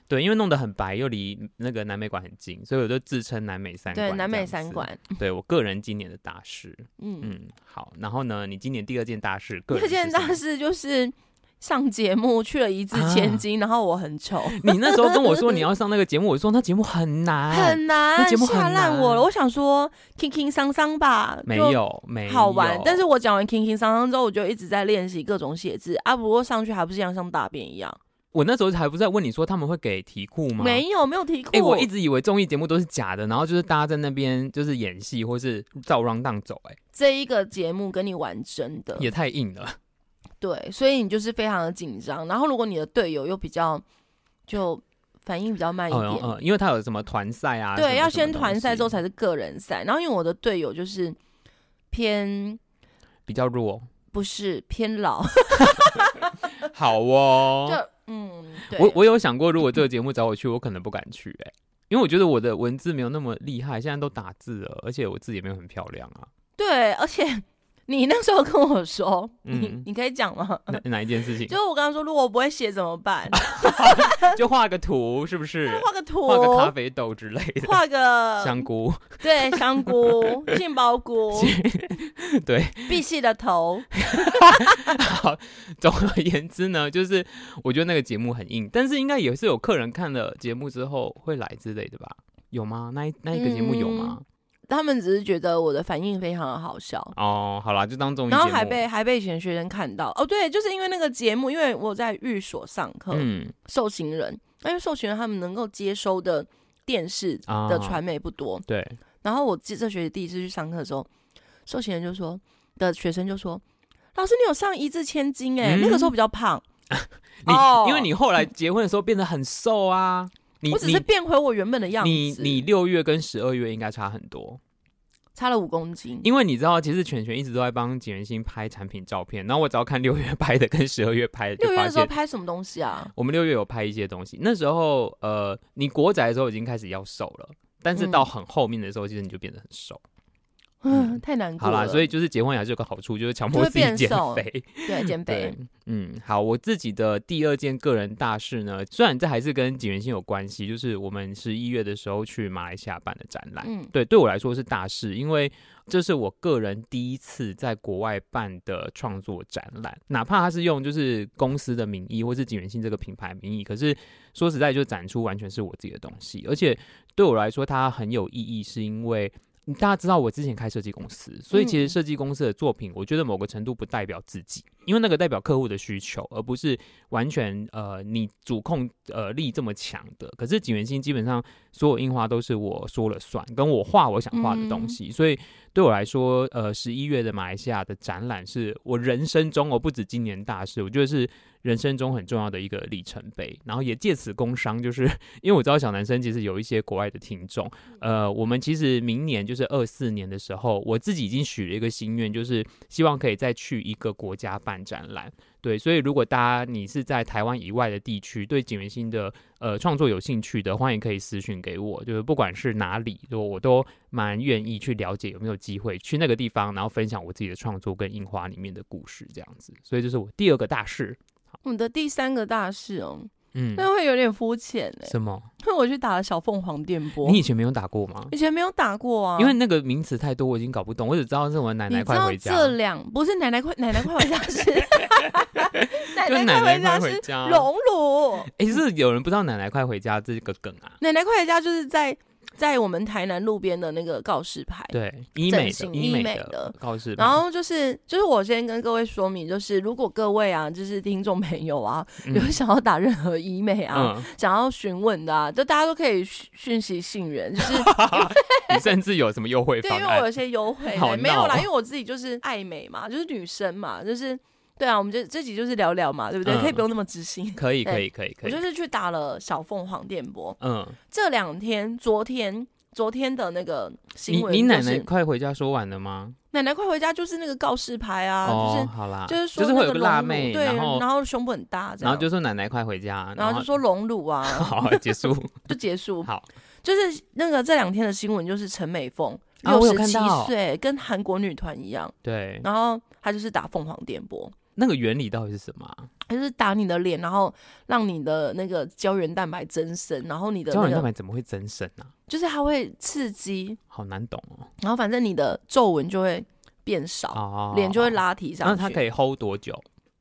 Speaker 1: 对，因为弄得很白，又离那个南美馆很近，所以我就自称南美三馆。
Speaker 2: 对，南美三。馆。
Speaker 1: 对我个人今年的大事，
Speaker 2: 嗯，
Speaker 1: 嗯，好。然后呢，你今年第二件大事，个
Speaker 2: 这
Speaker 1: 人
Speaker 2: 件
Speaker 1: 是什么
Speaker 2: 大，事就是上节目去了一字千金，然后我很丑，
Speaker 1: 啊你那时候跟我说你要上那个节目，我说那节目很难，
Speaker 2: 很难，
Speaker 1: 那节目很
Speaker 2: 吓
Speaker 1: 难
Speaker 2: 烂我了。我想说，轻轻桑桑吧，
Speaker 1: 没
Speaker 2: 就
Speaker 1: 有没有
Speaker 2: 好玩。但是我讲完轻轻桑桑之后，我就一直在练习各种写字啊，不过上去还不是像上大便一样？
Speaker 1: 我那时候还不是在问你说他们会给题库吗？
Speaker 2: 没有，没有题库。
Speaker 1: 哎、我一直以为综艺节目都是假的，然后就是大家在那边就是演戏或是照 round down 走、
Speaker 2: 这一个节目跟你玩真的
Speaker 1: 哎，，也太硬了。
Speaker 2: 对，所以你就是非常的紧张。然后如果你的队友又比较就反应比较慢一点，
Speaker 1: 嗯，因为他有什么团赛啊？什
Speaker 2: 对，
Speaker 1: 么
Speaker 2: 要
Speaker 1: 什么
Speaker 2: 先团赛
Speaker 1: 东西
Speaker 2: 之后才是个人赛。然后因为我的队友就是偏
Speaker 1: 比较 弱。
Speaker 2: 不是偏老，
Speaker 1: 好哦，
Speaker 2: 就嗯，对，
Speaker 1: 我我有想过，如果这个节目找我去，我可能不敢去哎、因为我觉得我的文字没有那么厉害，现在都打字了，而且我字也没有很漂亮啊。
Speaker 2: 对，而且 你那时候跟我说，你
Speaker 1: 嗯
Speaker 2: 你可以讲吗？
Speaker 1: 哪哪一件事情？
Speaker 2: 就是我刚刚说，如果我不会写怎么办？
Speaker 1: 就画个图，是不是？
Speaker 2: 画个图，
Speaker 1: 画个咖啡豆之类的，
Speaker 2: 画个
Speaker 1: 香菇，
Speaker 2: 对香菇、杏鲍 菇、
Speaker 1: 对。
Speaker 2: 碧玺的头，
Speaker 1: 好，总而言之呢，就是我觉得那个节目很硬，但是应该也是有客人看了节目之后会来之类的吧。有吗？那一那一个节目有吗？
Speaker 2: 嗯他们只是觉得我的反应非常的好笑，
Speaker 1: 哦，好啦，就当综艺节
Speaker 2: 然
Speaker 1: 目。
Speaker 2: 后还被还被以前学生看到。哦，对，就是因为那个节目，因为我在寓所上课，
Speaker 1: 嗯
Speaker 2: 受刑人，因为受刑人他们能够接收的电视
Speaker 1: 啊
Speaker 2: 的传媒不多。
Speaker 1: 对，
Speaker 2: 然后我这这学期第一次去上课的时候，受刑人就说的学生就说：“老师，你有上一字千金哎、
Speaker 1: 嗯
Speaker 2: 那个时候比较胖，
Speaker 1: 你、
Speaker 2: 哦
Speaker 1: 因为你后来结婚的时候变得很瘦啊，你
Speaker 2: 我只是变回我原本的样子，
Speaker 1: 你你你六月跟十二月应该差很多，
Speaker 2: 差了五公斤。
Speaker 1: 因为你知道，其实全全一直都在帮景元星拍产品照片，然后我只要看六月拍的跟十二月拍的，就
Speaker 2: 六月
Speaker 1: 发
Speaker 2: 的时候
Speaker 1: 现
Speaker 2: 拍什么东西啊？
Speaker 1: 我们六月有拍一些东西，那时候呃，你国仔的时候已经开始要瘦了，但是
Speaker 2: 嗯
Speaker 1: 到很后面的时候，其实你就变得很瘦。
Speaker 2: 嗯，太难过
Speaker 1: 好
Speaker 2: 了。
Speaker 1: 啦，所以就是结婚还是有个好处，就是强迫
Speaker 2: 就会
Speaker 1: 自己
Speaker 2: 变
Speaker 1: 减
Speaker 2: 瘦
Speaker 1: 肥。
Speaker 2: 对减肥
Speaker 1: 对，，嗯，好，我自己的第二件个人大事呢，虽然这还是跟景元星有关系，就是我们十一月的时候去马来西亚办的展览，
Speaker 2: 嗯
Speaker 1: 对，对我来说是大事，因为这是我个人第一次在国外办的创作展览，哪怕它是用就是公司的名义或是景元星这个品牌名义，可是说实在，就展出完全是我自己的东西，而且对我来说它很有意义，是因为。大家知道我之前开设计公司，所以其实
Speaker 2: 嗯
Speaker 1: 设计公司的作品，我觉得某个程度不代表自己，因为那个代表客户的需求，而不是完全呃你主控呃力这么强的。可是景元星基本上所有印花都是我说了算，跟我画我想画的东西，所以对我来说，呃，十一月的马来西亚的展览是我人生中哦，不止今年大事，我觉得是人生中很重要的一个里程碑。然后也借此工商，就是 因为我知道小男生其实有一些国外的听众，呃，我们其实明年就是二四年的时候，我自己已经许了一个心愿，就是希望可以再去一个国家办展览。对，所以如果大家你是在台湾以外的地区，对景元星的呃创作有兴趣的，欢迎可以私讯给我，就是不管是哪里，就我都蛮愿意去了解有没有机会去那个地方，然后分享我自己的创作跟樱花里面的故事这样子。所以这是我第二个大事，
Speaker 2: 我们的第三个大事哦、
Speaker 1: 嗯，
Speaker 2: 那会有点肤浅哎，
Speaker 1: 什么？
Speaker 2: 因为我去打了小凤凰电波，
Speaker 1: 你以前没有打过吗？
Speaker 2: 以前没有打过啊，
Speaker 1: 因为那个名词太多，我已经搞不懂。我只知道是我奶
Speaker 2: 你
Speaker 1: 奶
Speaker 2: 知
Speaker 1: 快
Speaker 2: 道
Speaker 1: 回家，
Speaker 2: 这两不是奶奶快奶奶快回家 是，奶
Speaker 1: 就
Speaker 2: 奶
Speaker 1: 奶奶
Speaker 2: 家
Speaker 1: 快
Speaker 2: 是
Speaker 1: 回家。啊
Speaker 2: 荣辱，
Speaker 1: 哎、是有人不知道奶奶快回家这个梗啊？
Speaker 2: 奶奶快回家就是在在我们台南路边的那个告示牌。
Speaker 1: 对，医
Speaker 2: 整
Speaker 1: 美的
Speaker 2: 形
Speaker 1: 医
Speaker 2: 医
Speaker 1: 美
Speaker 2: 美
Speaker 1: 的
Speaker 2: 的
Speaker 1: 告示牌，
Speaker 2: 然后就是，就是我先跟各位说明，就是如果各位啊，就是听众朋友啊，有
Speaker 1: 嗯
Speaker 2: 想要打任何医美啊，
Speaker 1: 嗯，
Speaker 2: 想要询问的啊，就大家都可以讯讯息信源， 就是
Speaker 1: 你甚至有什么优惠
Speaker 2: 对，
Speaker 1: 方
Speaker 2: 因为我
Speaker 1: 案？
Speaker 2: 有些优惠
Speaker 1: 好
Speaker 2: 呢，没有
Speaker 1: 闹
Speaker 2: 啦，
Speaker 1: 哦
Speaker 2: 因为我自己就是爱美嘛，就是女生嘛，就是对啊，我们就这集就是聊聊嘛，对不对？
Speaker 1: 嗯
Speaker 2: 可以不用那么知心。
Speaker 1: 可以，
Speaker 2: 对
Speaker 1: 可以，可以，可
Speaker 2: 我
Speaker 1: 以
Speaker 2: 就。是去打了小凤凰电波，
Speaker 1: 嗯，
Speaker 2: 这两天，昨天。昨天的那个
Speaker 1: 你
Speaker 2: 新闻、就是，
Speaker 1: 你奶奶快回家说完了吗？
Speaker 2: 奶奶快回家就是那个告示牌啊，
Speaker 1: 哦，好啦，
Speaker 2: 就是就是说
Speaker 1: 就是会有
Speaker 2: 那
Speaker 1: 个
Speaker 2: 个
Speaker 1: 辣
Speaker 2: 隆乳
Speaker 1: 妹，
Speaker 2: 对，
Speaker 1: 然后
Speaker 2: 然后胸部很大这
Speaker 1: 然
Speaker 2: 样，
Speaker 1: 后就说奶奶快回家，
Speaker 2: 然后就说隆乳 啊，
Speaker 1: 好结 束，
Speaker 2: 就结束。
Speaker 1: 好，
Speaker 2: 就是那个这两天的新闻就是陈美凤
Speaker 1: 啊我
Speaker 2: 六
Speaker 1: 有
Speaker 2: 十
Speaker 1: 看
Speaker 2: 七
Speaker 1: 到
Speaker 2: 岁，跟韩国女团一样，
Speaker 1: 对，
Speaker 2: 然后她就是打凤凰电波，
Speaker 1: 那个原理到底是什么啊？
Speaker 2: 它就是打你的脸，然后让你的那个胶原蛋白增生，然后你的
Speaker 1: 胶
Speaker 2: 那
Speaker 1: 原蛋
Speaker 2: 个
Speaker 1: 白怎么会增生啊？
Speaker 2: 就是它会刺激，
Speaker 1: 好难懂哦
Speaker 2: 然后反正你的皱纹就会变少，
Speaker 1: 哦，
Speaker 2: 脸就会拉提上
Speaker 1: 那
Speaker 2: 去。
Speaker 1: 它可
Speaker 2: 以，
Speaker 1: 以 hold 多久？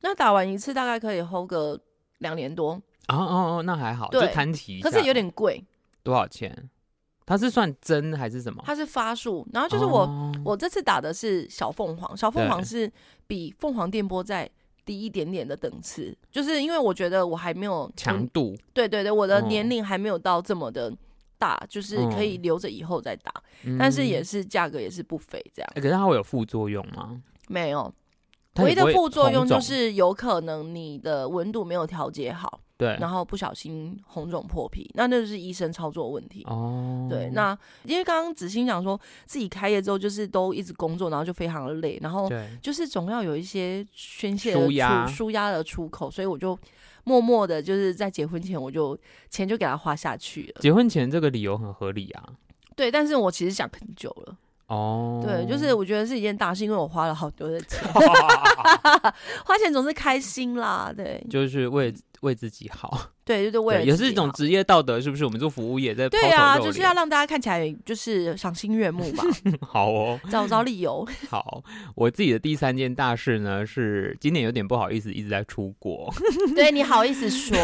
Speaker 2: 那打完一次大概可以 hold 个两年多，
Speaker 1: 哦哦哦，那还好，就
Speaker 2: 对
Speaker 1: 摊提一下。
Speaker 2: 可是有点贵，
Speaker 1: 多少钱？它是算针还是什么？
Speaker 2: 它是发数，然后就是我、
Speaker 1: 哦
Speaker 2: 我这次打的是小凤凰，小凤凰是比凤凰电波再低一点点的等次，就是因为我觉得我还没有嗯
Speaker 1: 强度，
Speaker 2: 对对对，我的
Speaker 1: 哦
Speaker 2: 年龄还没有到这么的大，就是可以留着以后再打，
Speaker 1: 嗯
Speaker 2: 但是也是价格也是不菲，这样
Speaker 1: 欸可是它会有副作用吗？
Speaker 2: 没有。
Speaker 1: 它
Speaker 2: 唯一
Speaker 1: 也不
Speaker 2: 的
Speaker 1: 会
Speaker 2: 副作用
Speaker 1: 红
Speaker 2: 就
Speaker 1: 肿
Speaker 2: 是有可能你的温度没有调节好，
Speaker 1: 对
Speaker 2: 然后不小心红肿破皮，那那就是医生操作问题。
Speaker 1: 哦，
Speaker 2: 对，那因为刚刚子欣讲说自己开业之后就是都一直工作，然后就非常的累，然后
Speaker 1: 对
Speaker 2: 就是总要有一些宣泄
Speaker 1: 舒
Speaker 2: 的
Speaker 1: 压
Speaker 2: 出舒压的出口，所以我就默默的就是在结婚前我就钱就给他花下去了。
Speaker 1: 结婚前这个理由很合理啊。
Speaker 2: 对，但是我其实想很久了，
Speaker 1: 哦，
Speaker 2: 对，就是我觉得是一件大事，因为 我花了好多的钱，花钱总是开心啦，对，
Speaker 1: 就是为为自己好，
Speaker 2: 对，就是为了
Speaker 1: 对，也
Speaker 2: 自
Speaker 1: 是一
Speaker 2: 己
Speaker 1: 种
Speaker 2: 好
Speaker 1: 职业道德，是不是？我们做服务业在抛
Speaker 2: 对
Speaker 1: 头
Speaker 2: 啊，
Speaker 1: 露
Speaker 2: 就是
Speaker 1: 脸
Speaker 2: 要让大家看起来就是赏心悦目吧，
Speaker 1: 好哦。
Speaker 2: 找找理由。
Speaker 1: 好，我自己的第三件大事呢是今年有点不好意思，一直在出国。
Speaker 2: 对你好意 思说，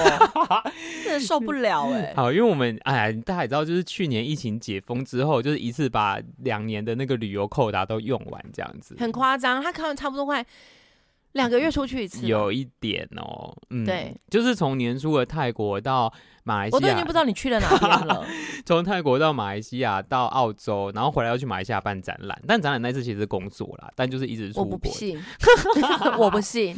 Speaker 2: 真的受不了哎、
Speaker 1: 好，因为我们哎，大家也知道，就是去年疫情解封之后，就是一次把两年的那个旅游扣打都用完，这样子。
Speaker 2: 很夸张，他可能差不多快两个月出去一次吧，
Speaker 1: 有一点哦，嗯，
Speaker 2: 对，
Speaker 1: 就是从年初的泰国到马来西
Speaker 2: 我都已经
Speaker 1: 亚
Speaker 2: 不知，道你去了哪边了。
Speaker 1: 从泰国到马来西亚到澳洲，然后回来要去马来西亚办展览，但展览那次其实是工作啦，但就是一直出
Speaker 2: 我不
Speaker 1: 国。
Speaker 2: 信， 我不信。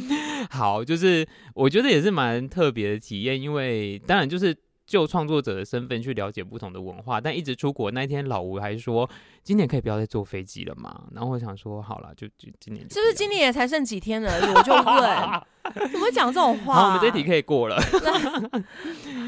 Speaker 1: 好，就是我觉得也是蛮特别的体验，因为当然就是。就创作者的身份去了解不同的文化，但一直出国那一天，老吴还说今年可以不要再坐飞机了嘛。然后我想说，好了，就就今年就是
Speaker 2: 不是今年也才剩几天而已？我就 问，怎么会讲这种话、
Speaker 1: 好，我们这题可以过了。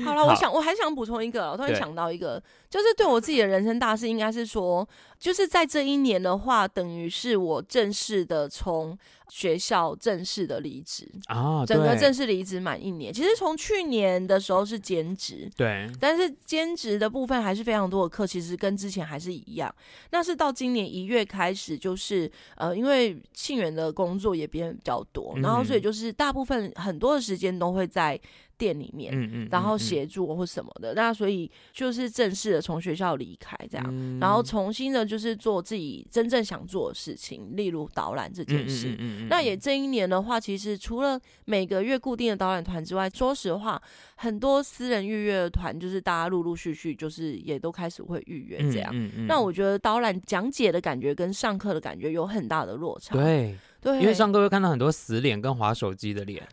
Speaker 2: 好了，我
Speaker 1: 好
Speaker 2: 想我还想补充一个，我突然
Speaker 1: 对
Speaker 2: 想到一个，就是对我自己的人生大事，应该是说，就是在这一年的话，等于是我正式的从学校正式的离职，
Speaker 1: 啊，
Speaker 2: 整个
Speaker 1: 对
Speaker 2: 正式离职满一年。其实从去年的时候是兼职。
Speaker 1: 对
Speaker 2: 但是兼职的部分还是非常多的课，其实跟之前还是一样。那是到今年一月开始，就是呃，因为庆元的工作也变比较多，然后所以
Speaker 1: 嗯
Speaker 2: 就是大部分很多的时间都会在店里面。
Speaker 1: 嗯嗯，
Speaker 2: 然后
Speaker 1: 嗯，
Speaker 2: 协助或什么的。那所以就是正式的从学校离开这样，
Speaker 1: 嗯
Speaker 2: 然后重新的就是做自己真正想做的事情，例如导览这件事。
Speaker 1: 嗯
Speaker 2: 那也这一年的话，其实除了每个月固定的导览团之外，说实话，很多私人预约的团，就是大家陆陆续续就是也都开始会预约这样。
Speaker 1: 嗯嗯嗯
Speaker 2: 那我觉得导览讲解的感觉跟上课的感觉有很大的落差。
Speaker 1: 对，
Speaker 2: 对，
Speaker 1: 因为上课会看到很多死脸跟划手机的脸，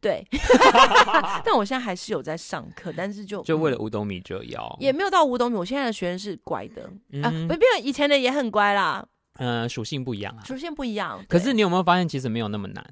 Speaker 2: 对， 但我现在还是有在上课，但是就
Speaker 1: 就为
Speaker 2: 嗯
Speaker 1: 了五斗米折腰。
Speaker 2: 也没有到五斗米。我现在的学生是乖的、啊，
Speaker 1: 嗯
Speaker 2: 不，不，以前的也很乖啦，
Speaker 1: 呃，属性不一样啊。
Speaker 2: 出现不一样。
Speaker 1: 可
Speaker 2: 对
Speaker 1: 是你有没有发现，其实没有那么难？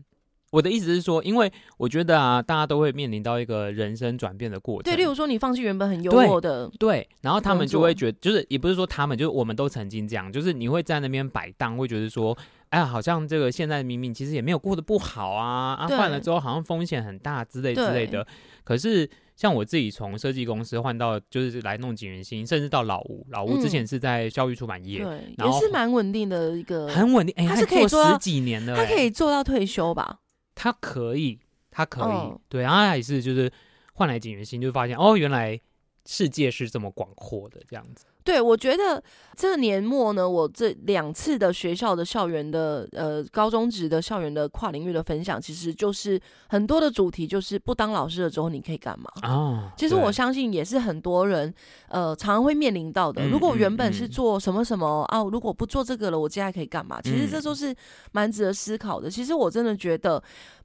Speaker 1: 我的意思是说，因为我觉得啊，大家都会面临到一个人生转变的过程。
Speaker 2: 对，例如说你放弃原本很优渥的，
Speaker 1: 对，然后他
Speaker 2: 工
Speaker 1: 们就
Speaker 2: 作
Speaker 1: 会觉得，就是也不是说他们，就是我们都曾经这样，就是你会在那边摆荡，会觉得说，哎呀，好像这个现在明明其实也没有过得不好啊，啊，
Speaker 2: 对
Speaker 1: 换了之后好像风险很大之类之类的。可是像我自己从设计公司换到就是来弄景元星，甚至到老吴，老
Speaker 2: 嗯
Speaker 1: 吴之前是在教育出版业，
Speaker 2: 对，
Speaker 1: 然
Speaker 2: 也
Speaker 1: 后
Speaker 2: 是蛮稳定的一个，
Speaker 1: 很稳定，哎，
Speaker 2: 他
Speaker 1: 他
Speaker 2: 是可以做
Speaker 1: 做
Speaker 2: 到
Speaker 1: 十几年的、
Speaker 2: 他
Speaker 1: 哎
Speaker 2: 可以做到退休吧？
Speaker 1: 他可以，他可以，
Speaker 2: 嗯
Speaker 1: 对，然后他也是就是换来景元星，就发现哦，原来世界是这么广阔的这样子。
Speaker 2: 对，我觉得这年末呢，我这两次的学校的校园的呃高中职的校园的跨领域的分享，其实就是很多的主题，就是不当老师了之后你可以干嘛？
Speaker 1: 哦，
Speaker 2: 其实
Speaker 1: 对
Speaker 2: 我相信也是很多人，呃，常常会面临到的。
Speaker 1: 嗯
Speaker 2: 如果
Speaker 1: 嗯
Speaker 2: 原本是
Speaker 1: 嗯
Speaker 2: 做什么什么啊，如果不做这个了，我接下来可以干嘛？其实这
Speaker 1: 嗯
Speaker 2: 都是蛮值得思考的。其实我真的觉得，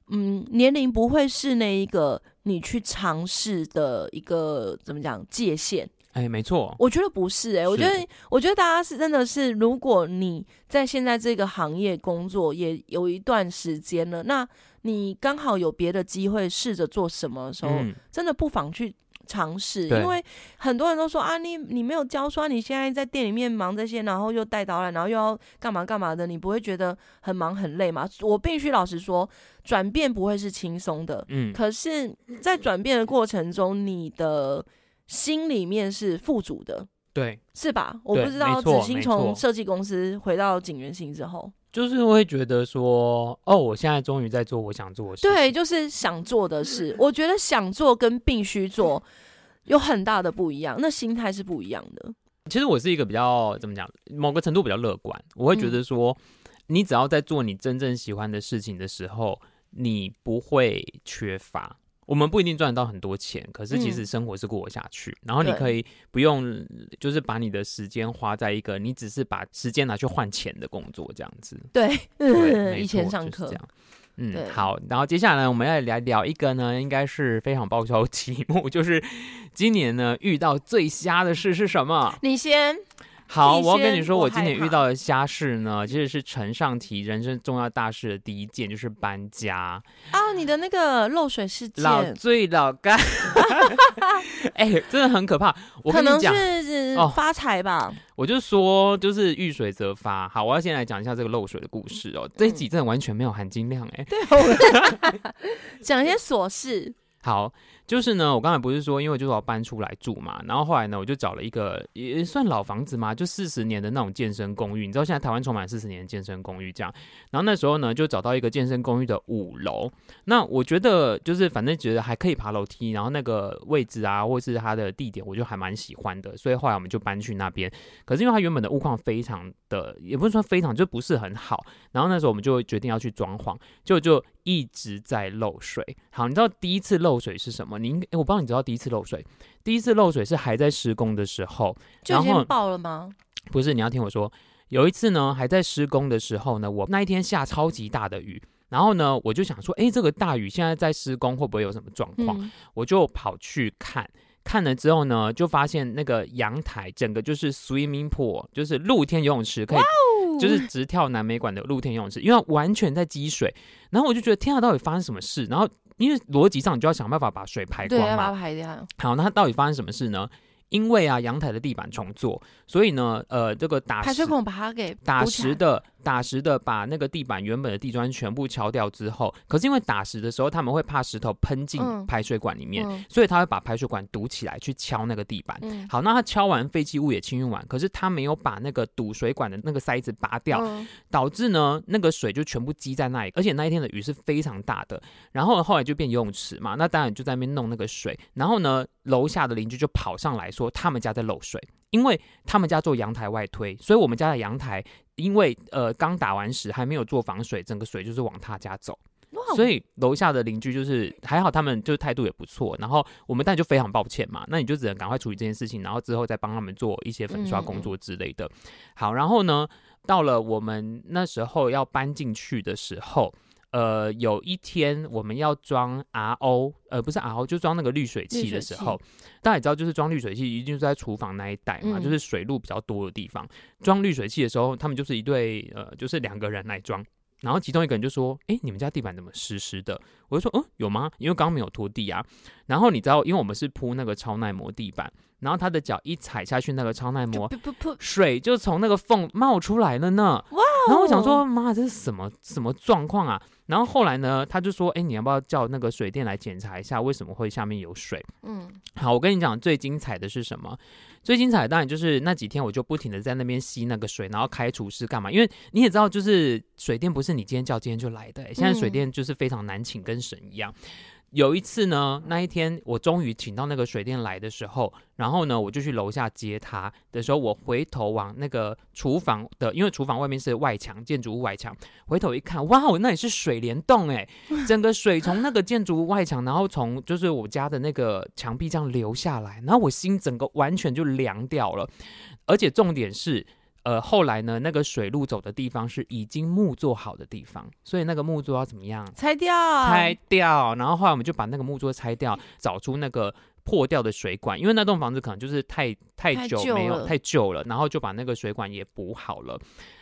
Speaker 2: 嗯，年龄不会是那一个你去尝试的一个怎么讲界限。
Speaker 1: 哎，没错，
Speaker 2: 我觉得不是哎、我觉
Speaker 1: 是
Speaker 2: 得我觉得大家是真的是，如果你在现在这个行业工作也有一段时间了，那你刚好有别的机会试着做什么的时候，
Speaker 1: 嗯，
Speaker 2: 真的不妨去尝试，
Speaker 1: 对
Speaker 2: 因为很多人都说啊，你你没有教书啊，你现在在店里面忙这些，然后又带导览，然后又要干嘛干嘛的，你不会觉得很忙很累吗？我必须老实说，转变不会是轻松的，
Speaker 1: 嗯，
Speaker 2: 可是，在转变的过程中，你的心里面是富足的，
Speaker 1: 对，
Speaker 2: 是吧？我
Speaker 1: 对
Speaker 2: 不知道，
Speaker 1: 没
Speaker 2: 子
Speaker 1: 错
Speaker 2: 欣
Speaker 1: 没错
Speaker 2: 从设计公司回到景元星之后，
Speaker 1: 就是会觉得说，哦，我现在终于在做我想做的事，
Speaker 2: 对，，就是想做的事，我觉得想做跟必须做有很大的不一样，那心态是不一样的。
Speaker 1: 其实我是一个比较怎么讲，某个程度比较乐观，我会觉
Speaker 2: 嗯
Speaker 1: 得说，你只要在做你真正喜欢的事情的时候，你不会缺乏。我们不一定赚得到很多钱，可是其
Speaker 2: 嗯
Speaker 1: 实生活是过得下去，然后你
Speaker 2: 对
Speaker 1: 可以不用就是把你的时间花在一个你只是把时间拿去换钱的工作这样子。
Speaker 2: 对，
Speaker 1: 对，
Speaker 2: 以
Speaker 1: 没
Speaker 2: 前
Speaker 1: 错
Speaker 2: 上
Speaker 1: 就是
Speaker 2: 课
Speaker 1: 这，样。
Speaker 2: 对
Speaker 1: 嗯，好，然后接下来我们要来聊一个呢，应该是非常爆笑的题目， 就是今年呢遇到最瞎的事是什么？
Speaker 2: 你先
Speaker 1: 好，
Speaker 2: 你
Speaker 1: 我要跟
Speaker 2: 先
Speaker 1: 你说，
Speaker 2: 我
Speaker 1: 我今
Speaker 2: 害
Speaker 1: 年
Speaker 2: 怕
Speaker 1: 遇到的瞎事呢，其实是承上题人生重要大事的第一件，就是搬家。
Speaker 2: 啊，你的那个漏水事件，
Speaker 1: 老醉老 干，哎、真的很可怕。我
Speaker 2: 可
Speaker 1: 跟你
Speaker 2: 能
Speaker 1: 讲，
Speaker 2: 是
Speaker 1: 哦
Speaker 2: 发财吧？
Speaker 1: 我就说，就是遇水则发。好，我要先来讲一下这个漏水的故事哦。
Speaker 2: 嗯
Speaker 1: 这一集真的完全没有含金量哎、
Speaker 2: 对，我讲一些琐事，
Speaker 1: 好，就是呢，我刚才不是说，因为就是我要搬出来住嘛，然后后来呢，我就找了一个也算老房子嘛，就四十年的那种健身公寓。你知道现在台湾充满四十年的健身公寓这样。然后那时候呢，就找到一个健身公寓的五楼。那我觉得就是反正觉得还可以爬楼梯，然后那个位置啊，或是它的地点，我就还蛮喜欢的。所以后来我们就搬去那边。可是因为它原本的物况非常的，也不是说非常，就不是很好。然后那时候我们就决定要去装潢，就就一直在漏水。好，你知道第一次漏水是什么？您诶我不知道你知道第一次漏水，第一次漏水是还在施工的时候，
Speaker 2: 就已
Speaker 1: 然
Speaker 2: 经
Speaker 1: 后
Speaker 2: 爆了吗？
Speaker 1: 不是，你要听我说，有一次呢，还在施工的时候呢，我那一天下超级大的雨，然后呢，我就想说，诶，这个大雨现在在施工会不会有什么状况？
Speaker 2: 嗯，
Speaker 1: 我就跑去看。看了之后呢，就发现那个阳台整个就是 swimming pool，就是露天游泳池，可以
Speaker 2: 嗯
Speaker 1: 就是直跳南美馆的露天游泳池，因为完全在积水。然后我就觉得天啊，到底发生什么事？然后因为逻辑上你就要想办法把水排
Speaker 2: 对，
Speaker 1: 光
Speaker 2: 要
Speaker 1: 嘛
Speaker 2: 把。它排掉。
Speaker 1: 好，那它到底发生什么事呢？因为啊，阳台的地板重做，所以呢，呃，这个打
Speaker 2: 排
Speaker 1: 石
Speaker 2: 水孔把它给
Speaker 1: 打
Speaker 2: 补起
Speaker 1: 实
Speaker 2: 来，
Speaker 1: 的打实的把那个地板原本的地砖全部敲掉之后，可是因为打实的时候他们会怕石头喷进
Speaker 2: 嗯
Speaker 1: 排水管里面，
Speaker 2: 嗯
Speaker 1: 所以他会把排水管堵起来去敲那个地板。
Speaker 2: 嗯，
Speaker 1: 好，那他敲完废弃物也清运完，可是他没有把那个堵水管的那个塞子拔掉，
Speaker 2: 嗯
Speaker 1: 导致呢那个水就全部积在那里，而且那一天的雨是非常大的，然后后来就变游泳池嘛，那当然就在那边弄那个水，然后呢楼下的邻居就跑上来说他们家在漏水，因为他们家做阳台外推，所以我们家的阳台因为呃刚打完屎还没有做防水，整个水就是往他家走。
Speaker 2: 哇哦
Speaker 1: 所以楼下的邻居就是还好，他们就是态度也不错。然后我们当然就非常抱歉嘛，那你就只能赶快处理这件事情，然后之后再帮他们做一些粉刷工作之类的。好，然后呢，到了我们那时候要搬进去的时候。呃，有一天我们要装 RO，呃，不是 RO，就装那个滤水器的时候
Speaker 2: 滤，
Speaker 1: 大家也知道，就是装滤水器一定是在厨房那一带嘛，
Speaker 2: 嗯
Speaker 1: 就是水路比较多的地方。装滤水器的时候，他们就是一对呃，就是两个人来装。然后其中一个人就说：“哎，你们家地板怎么湿湿的？”我就说：“嗯，有吗？因为刚刚没有拖地啊。”然后你知道，因为我们是铺那个超耐磨地板，然后他的脚一踩下去，那个超耐
Speaker 2: 就
Speaker 1: 磨
Speaker 2: 噗噗噗，
Speaker 1: 水就从那个缝冒出来了呢。
Speaker 2: 哇哦
Speaker 1: 然后我想说，妈，这是什么什么状况啊？然后后来呢，他就说：“哎，你要不要叫那个水电来检查一下，为什么会下面有水？”
Speaker 2: 嗯，
Speaker 1: 好，我跟你讲，最精彩的是什么？最精彩的当然就是那几天，我就不停的在那边吸那个水，然后开除是干嘛？因为你也知道，就是水电不是你今天叫今天就来的、欸现在水
Speaker 2: 嗯
Speaker 1: 电就是非常难请，跟神一样。有一次呢，那一天我终于请到那个水电来的时候，然后呢，我就去楼下接他的时候，我回头往那个厨房的，因为厨房外面是外墙，建筑物外墙，回头一看，哇哦，那里是水帘洞哎，整个水从那个建筑物外墙，然后从就是我家的那个墙壁这样流下来，然后我心整个完全就凉掉了，而且重点是。呃，后来呢，那个水路走的地方是已经木做好的地方，所以那个木座要怎么样？
Speaker 2: 拆掉，
Speaker 1: 拆掉，然后后来我们就把那个木桌拆掉，找出那个破掉的水管，因为那栋房子可能就是太太
Speaker 2: 太
Speaker 1: 久
Speaker 2: 旧
Speaker 1: 没有
Speaker 2: 了
Speaker 1: 太旧了，然后就把那个水管也补好了。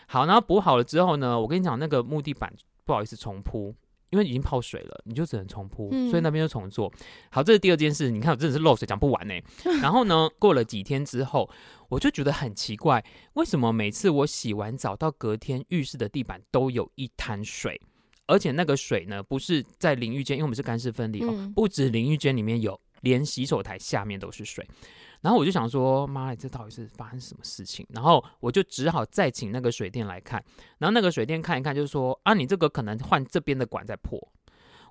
Speaker 1: 好，然后补好了之后呢，我跟你讲，那个木地板不好意思重铺。因为已经泡水了，你就只能重铺，所以
Speaker 2: 嗯
Speaker 1: 那边就重做。好，这是第二件事。你看，我真的是漏水讲不完 呢、然后呢，过了几天之后，我就觉得很奇怪，为什么每次我洗完澡到隔天浴室的地板都有一滩水，而且那个水呢不是在淋浴间，因为我们是干湿分离哦，
Speaker 2: 嗯
Speaker 1: 不止淋浴间里面有，连洗手台下面都是水。然后我就想说，妈呀，这到底是发生什么事情？然后我就只好再请那个水电来看，然后那个水电看一看，就说啊，你这个可能换这边的管在破。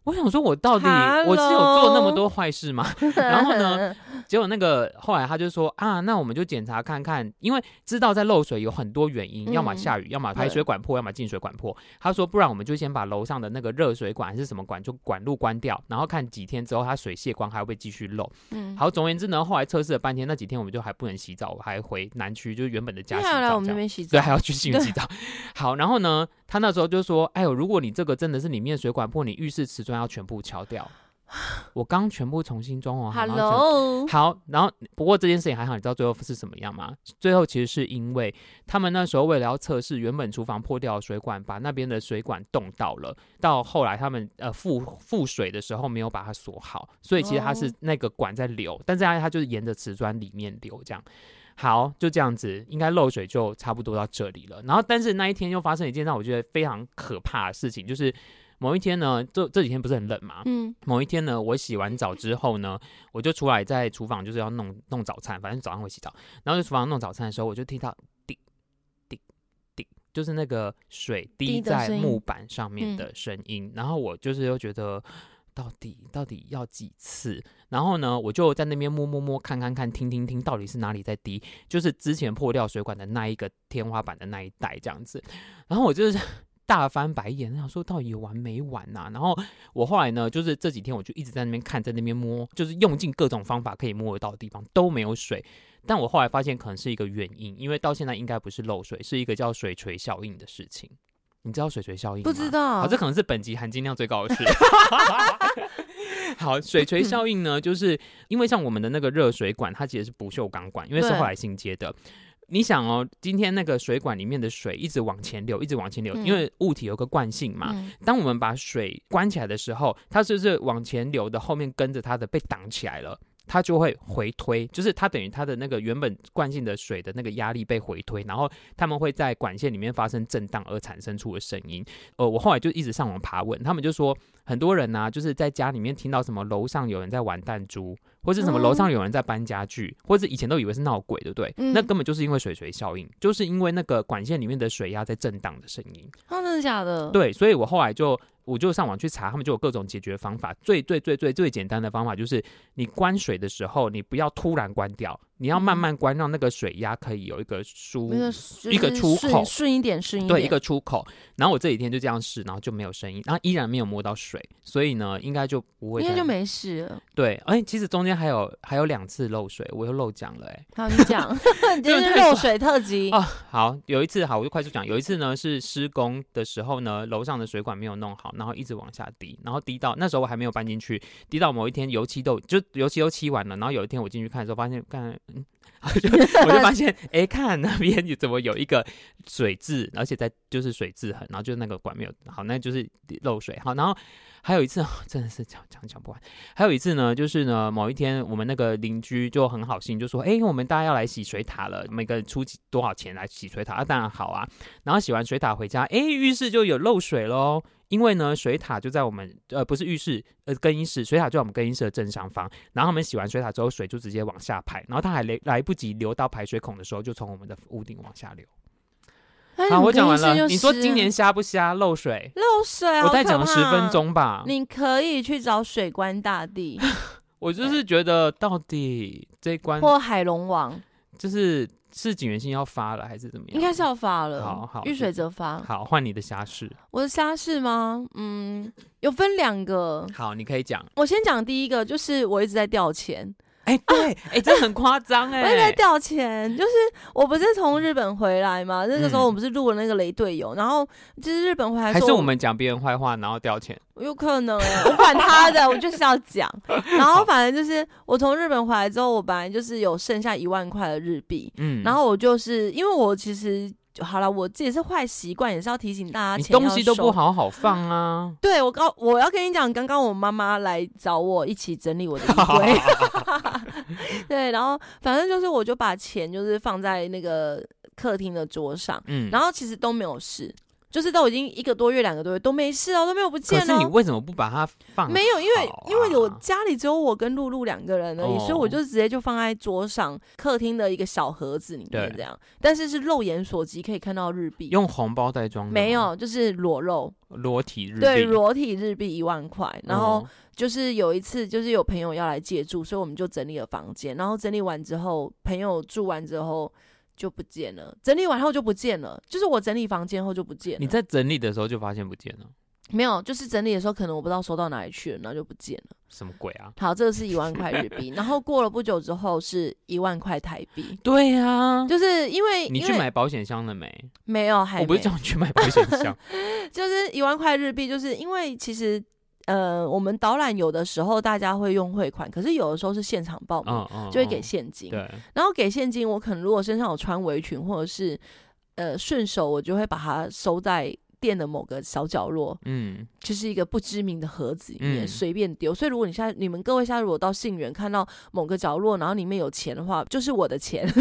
Speaker 1: 我想说，我到底我是有做那么多坏事吗？然后呢，结果那个后来他就说啊，那我们就检查看看，因为知道在漏水有很多原因，
Speaker 2: 嗯
Speaker 1: 要么下雨，要么排水管破，要么进水管破。他说，不然我们就先把楼上的那个热水管还是什么管就管路关掉，然后看几天之后它水泄光还会不会继续漏。
Speaker 2: 嗯，
Speaker 1: 好，总而言之呢，后来测试了半天，那几天我们就还不能洗澡，我还回南区就是原本的
Speaker 2: 接
Speaker 1: 家洗
Speaker 2: 下来我
Speaker 1: 澡
Speaker 2: 们
Speaker 1: 这
Speaker 2: 那
Speaker 1: 样。
Speaker 2: 边洗
Speaker 1: 对，
Speaker 2: 澡，
Speaker 1: 还要去洗
Speaker 2: 对
Speaker 1: 洗澡。好，然后呢，他那时候就说：“哎呦，如果你这个真的是里面水管破，你浴室瓷砖要全部敲掉。”我刚全部重新装潢好，然后全
Speaker 2: Hello，
Speaker 1: 好，然后不过这件事情还好，你知道最后是什么样吗？最后其实是因为他们那时候为了要测试原本厨房破掉的水管，把那边的水管冻到了，到后来他们呃复复水的时候没有把它锁好，所以其实它是
Speaker 2: 哦
Speaker 1: 那个管在流，但是它它就是沿着瓷砖里面流这样。好，就这样子，应该漏水就差不多到这里了。然后，但是那一天又发生一件让我觉得非常可怕的事情，就是某一天呢，这这几天不是很冷嘛，
Speaker 2: 嗯
Speaker 1: 某一天呢，我洗完澡之后呢，我就出来在厨房就是要弄弄早餐，反正早上会洗澡。然后在厨房弄早餐的时候，我就听到滴滴滴，就是那个水滴
Speaker 2: 滴的
Speaker 1: 在
Speaker 2: 声音
Speaker 1: 木板上面
Speaker 2: 嗯
Speaker 1: 的声音。然后我就是又觉得。到底到底要几次？然后呢，我就在那边摸摸摸，看看看，听听听，到底是哪里在滴？就是之前破掉水管的那一个天花板的那一带这样子。然后我就是大翻白眼，想说到底有完没完呐、然后我后来呢，就是这几天我就一直在那边看，在那边摸，就是用尽各种方法可以摸得到的地方都没有水。但我后来发现可能是一个原因，因为到现在应该不是漏水，是一个叫水锤效应的事情。你知道水锤效应吗？
Speaker 2: 不知道
Speaker 1: 好，这可能是本集含金量最高 的事。好，水锤效应呢，就是因为像我们的那个热水管，它其实是不锈钢管，因为是
Speaker 2: 对
Speaker 1: 后来新接的。你想哦，今天那个水管里面的水一直往前流，一直往前流，
Speaker 2: 嗯
Speaker 1: 因为物体有个惯性嘛。
Speaker 2: 嗯
Speaker 1: 当我们把水关起来的时候，它就是往前流的，后面跟着它的被挡起来了。它就会回推，就是它等于它的那个原本惯性的水的那个压力被回推，然后他们会在管线里面发生震荡而产生出的声音。呃，我后来就一直上网爬问，他们就说很多人呢、就是在家里面听到什么楼上有人在玩弹珠，或是什么
Speaker 2: 哦
Speaker 1: 楼上有人在搬家具，或是以前都以为是闹鬼，对不对？
Speaker 2: 嗯
Speaker 1: 那根本就是因为水锤效应，就是因为那个管线里面的水压在震荡的声音。
Speaker 2: 啊，真的假的？，
Speaker 1: 对，所以我后来就我就上网去查，他们就有各种解决方法。最最最最最简单的方法就是，你关水的时候，你不要突然关掉，你要慢慢关，让那个水压可以有一个舒
Speaker 2: 嗯那个就是
Speaker 1: 一个出
Speaker 2: 顺
Speaker 1: 口
Speaker 2: 顺一点，顺一点，
Speaker 1: 对一个出口。然后我这几天就这样试，然后就没有声音，然后依然没有摸到水，所以呢，应该就不会
Speaker 2: 应该
Speaker 1: 再
Speaker 2: 就没事了。
Speaker 1: 对。哎、其实中间还有还有两次漏水，我又漏讲了、哎。
Speaker 2: 好，你讲，你这
Speaker 1: 真的太
Speaker 2: 是漏
Speaker 1: 爽
Speaker 2: 水特辑
Speaker 1: 啊，好，有一次好，我就快速讲，有一次呢是施工的时候呢，楼上的水管没有弄好，然后一直往下滴，然后滴到那时候我还没有搬进去，滴到某一天油漆都就油漆都漆完了，然后有一天我进去看的时候，发现看，嗯，我就我就发现，哎、看那边有怎么有一个水渍，而且在就是水渍痕，然后就是那个管没有好，那就是漏水好，然后还有一次真的是讲讲讲不完。还有一次呢，就是呢，某一天我们那个邻居就很好心，就说：“哎、我们大家要来洗水塔了，每个人出几多少钱来洗水塔？啊，当然好啊。”然后洗完水塔回家，哎、浴室就有漏水喽。因为呢，水塔就在我们呃不是浴室呃更衣室，水塔就在我们更衣室的正上方。然后他们洗完水塔之后，水就直接往下排，然后它还来来不及流到排水孔的时候，就从我们的屋顶往下流。
Speaker 2: 哎
Speaker 1: 好，
Speaker 2: 你
Speaker 1: 我讲完
Speaker 2: 更衣室就
Speaker 1: 了。你说
Speaker 2: 湿
Speaker 1: 今
Speaker 2: 了
Speaker 1: 年瞎不瞎？漏水，
Speaker 2: 漏水，
Speaker 1: 我
Speaker 2: 好
Speaker 1: 再
Speaker 2: 可
Speaker 1: 讲十分
Speaker 2: 怕。啊
Speaker 1: 钟啊吧。
Speaker 2: 你可以去找水官大帝
Speaker 1: 我就是觉得到底这一关
Speaker 2: 或海龙王，
Speaker 1: 就是是警员信要发了还是怎么样？
Speaker 2: 应该是要发了。
Speaker 1: 好好
Speaker 2: 遇水则发。
Speaker 1: 好，换你的瑕疵。
Speaker 2: 我的沙是吗？嗯，有分两个。
Speaker 1: 好，你可以讲。
Speaker 2: 我先讲第一个，就是我一直在掉钱，
Speaker 1: 哎、对，哎、这很夸张
Speaker 2: 我一直在
Speaker 1: 哎。
Speaker 2: 掉钱，就是我不是从日本回来嘛，那个时候我们不是录了那个雷队友，然后就是日本回来
Speaker 1: 嗯还
Speaker 2: 说
Speaker 1: 是我们讲别人坏话，然后掉钱。
Speaker 2: 有可能哎、我管 他的，我就是要讲。然后反正就是我从日本回来之后，我本来就是有剩下一万块的日币，
Speaker 1: 嗯，
Speaker 2: 然后我就是因为我其实好了，我这也是坏习惯，也是要提醒大家
Speaker 1: 你
Speaker 2: 钱要
Speaker 1: 东西都
Speaker 2: 收
Speaker 1: 不。好好放啊。
Speaker 2: 对我告我要跟你讲，刚刚我妈妈来找我一起整理我的衣柜， 对，然后反正就是我就把钱就是放在那个客厅的桌上，
Speaker 1: 嗯，
Speaker 2: 然后其实都没有事，就是都已经一个多月、两个多月都没事哦，都没有不
Speaker 1: 可
Speaker 2: 见
Speaker 1: 是你
Speaker 2: 哦。
Speaker 1: 为什么不把它放？
Speaker 2: 没有，因为、
Speaker 1: 好啊
Speaker 2: 因为我家里只有我跟露露两个人而已，
Speaker 1: 哦
Speaker 2: 所以我就直接就放在桌上客厅的一个小盒子里面
Speaker 1: 对
Speaker 2: 这样，但是是肉眼所及可以看到日币，
Speaker 1: 用红包袋装的吗
Speaker 2: 没有就是裸露，
Speaker 1: 裸体日历
Speaker 2: 对，裸体日币一万块，然后
Speaker 1: 哦
Speaker 2: 就是有一次，就是有朋友要来借住，所以我们就整理了房间。然后整理完之后，朋友住完之后就不见了。整理完后就不见了，就是我整理房间后就不见了。
Speaker 1: 你在整理的时候就发现不见了，
Speaker 2: 没有？就是整理的时候，可能我不知道收到哪里去了，然后就不见了。
Speaker 1: 什么鬼啊？
Speaker 2: 好，这个是一万块日币。然后过了不久之后是一万块台币，
Speaker 1: 对啊，
Speaker 2: 就是因为
Speaker 1: 你
Speaker 2: 因
Speaker 1: 去
Speaker 2: 为
Speaker 1: 买保险箱了没？
Speaker 2: 没有还
Speaker 1: 我不
Speaker 2: 没
Speaker 1: 是叫你去买保险 箱，
Speaker 2: 就是一万块日币，就是因为其实。呃，我们导览有的时候大家会用汇款，可是有的时候是现场报名，
Speaker 1: 嗯嗯，
Speaker 2: 就会给
Speaker 1: 嗯
Speaker 2: 现金。
Speaker 1: 对，
Speaker 2: 然后给现金，我可能如果身上有穿围裙或者是呃顺手，我就会把它收在店的某个小角落，
Speaker 1: 嗯，
Speaker 2: 就是一个不知名的盒子里面
Speaker 1: 嗯
Speaker 2: 随便丢。所以如果你现在你们各位现在如果到信源看到某个角落，然后里面有钱的话，就是我的钱，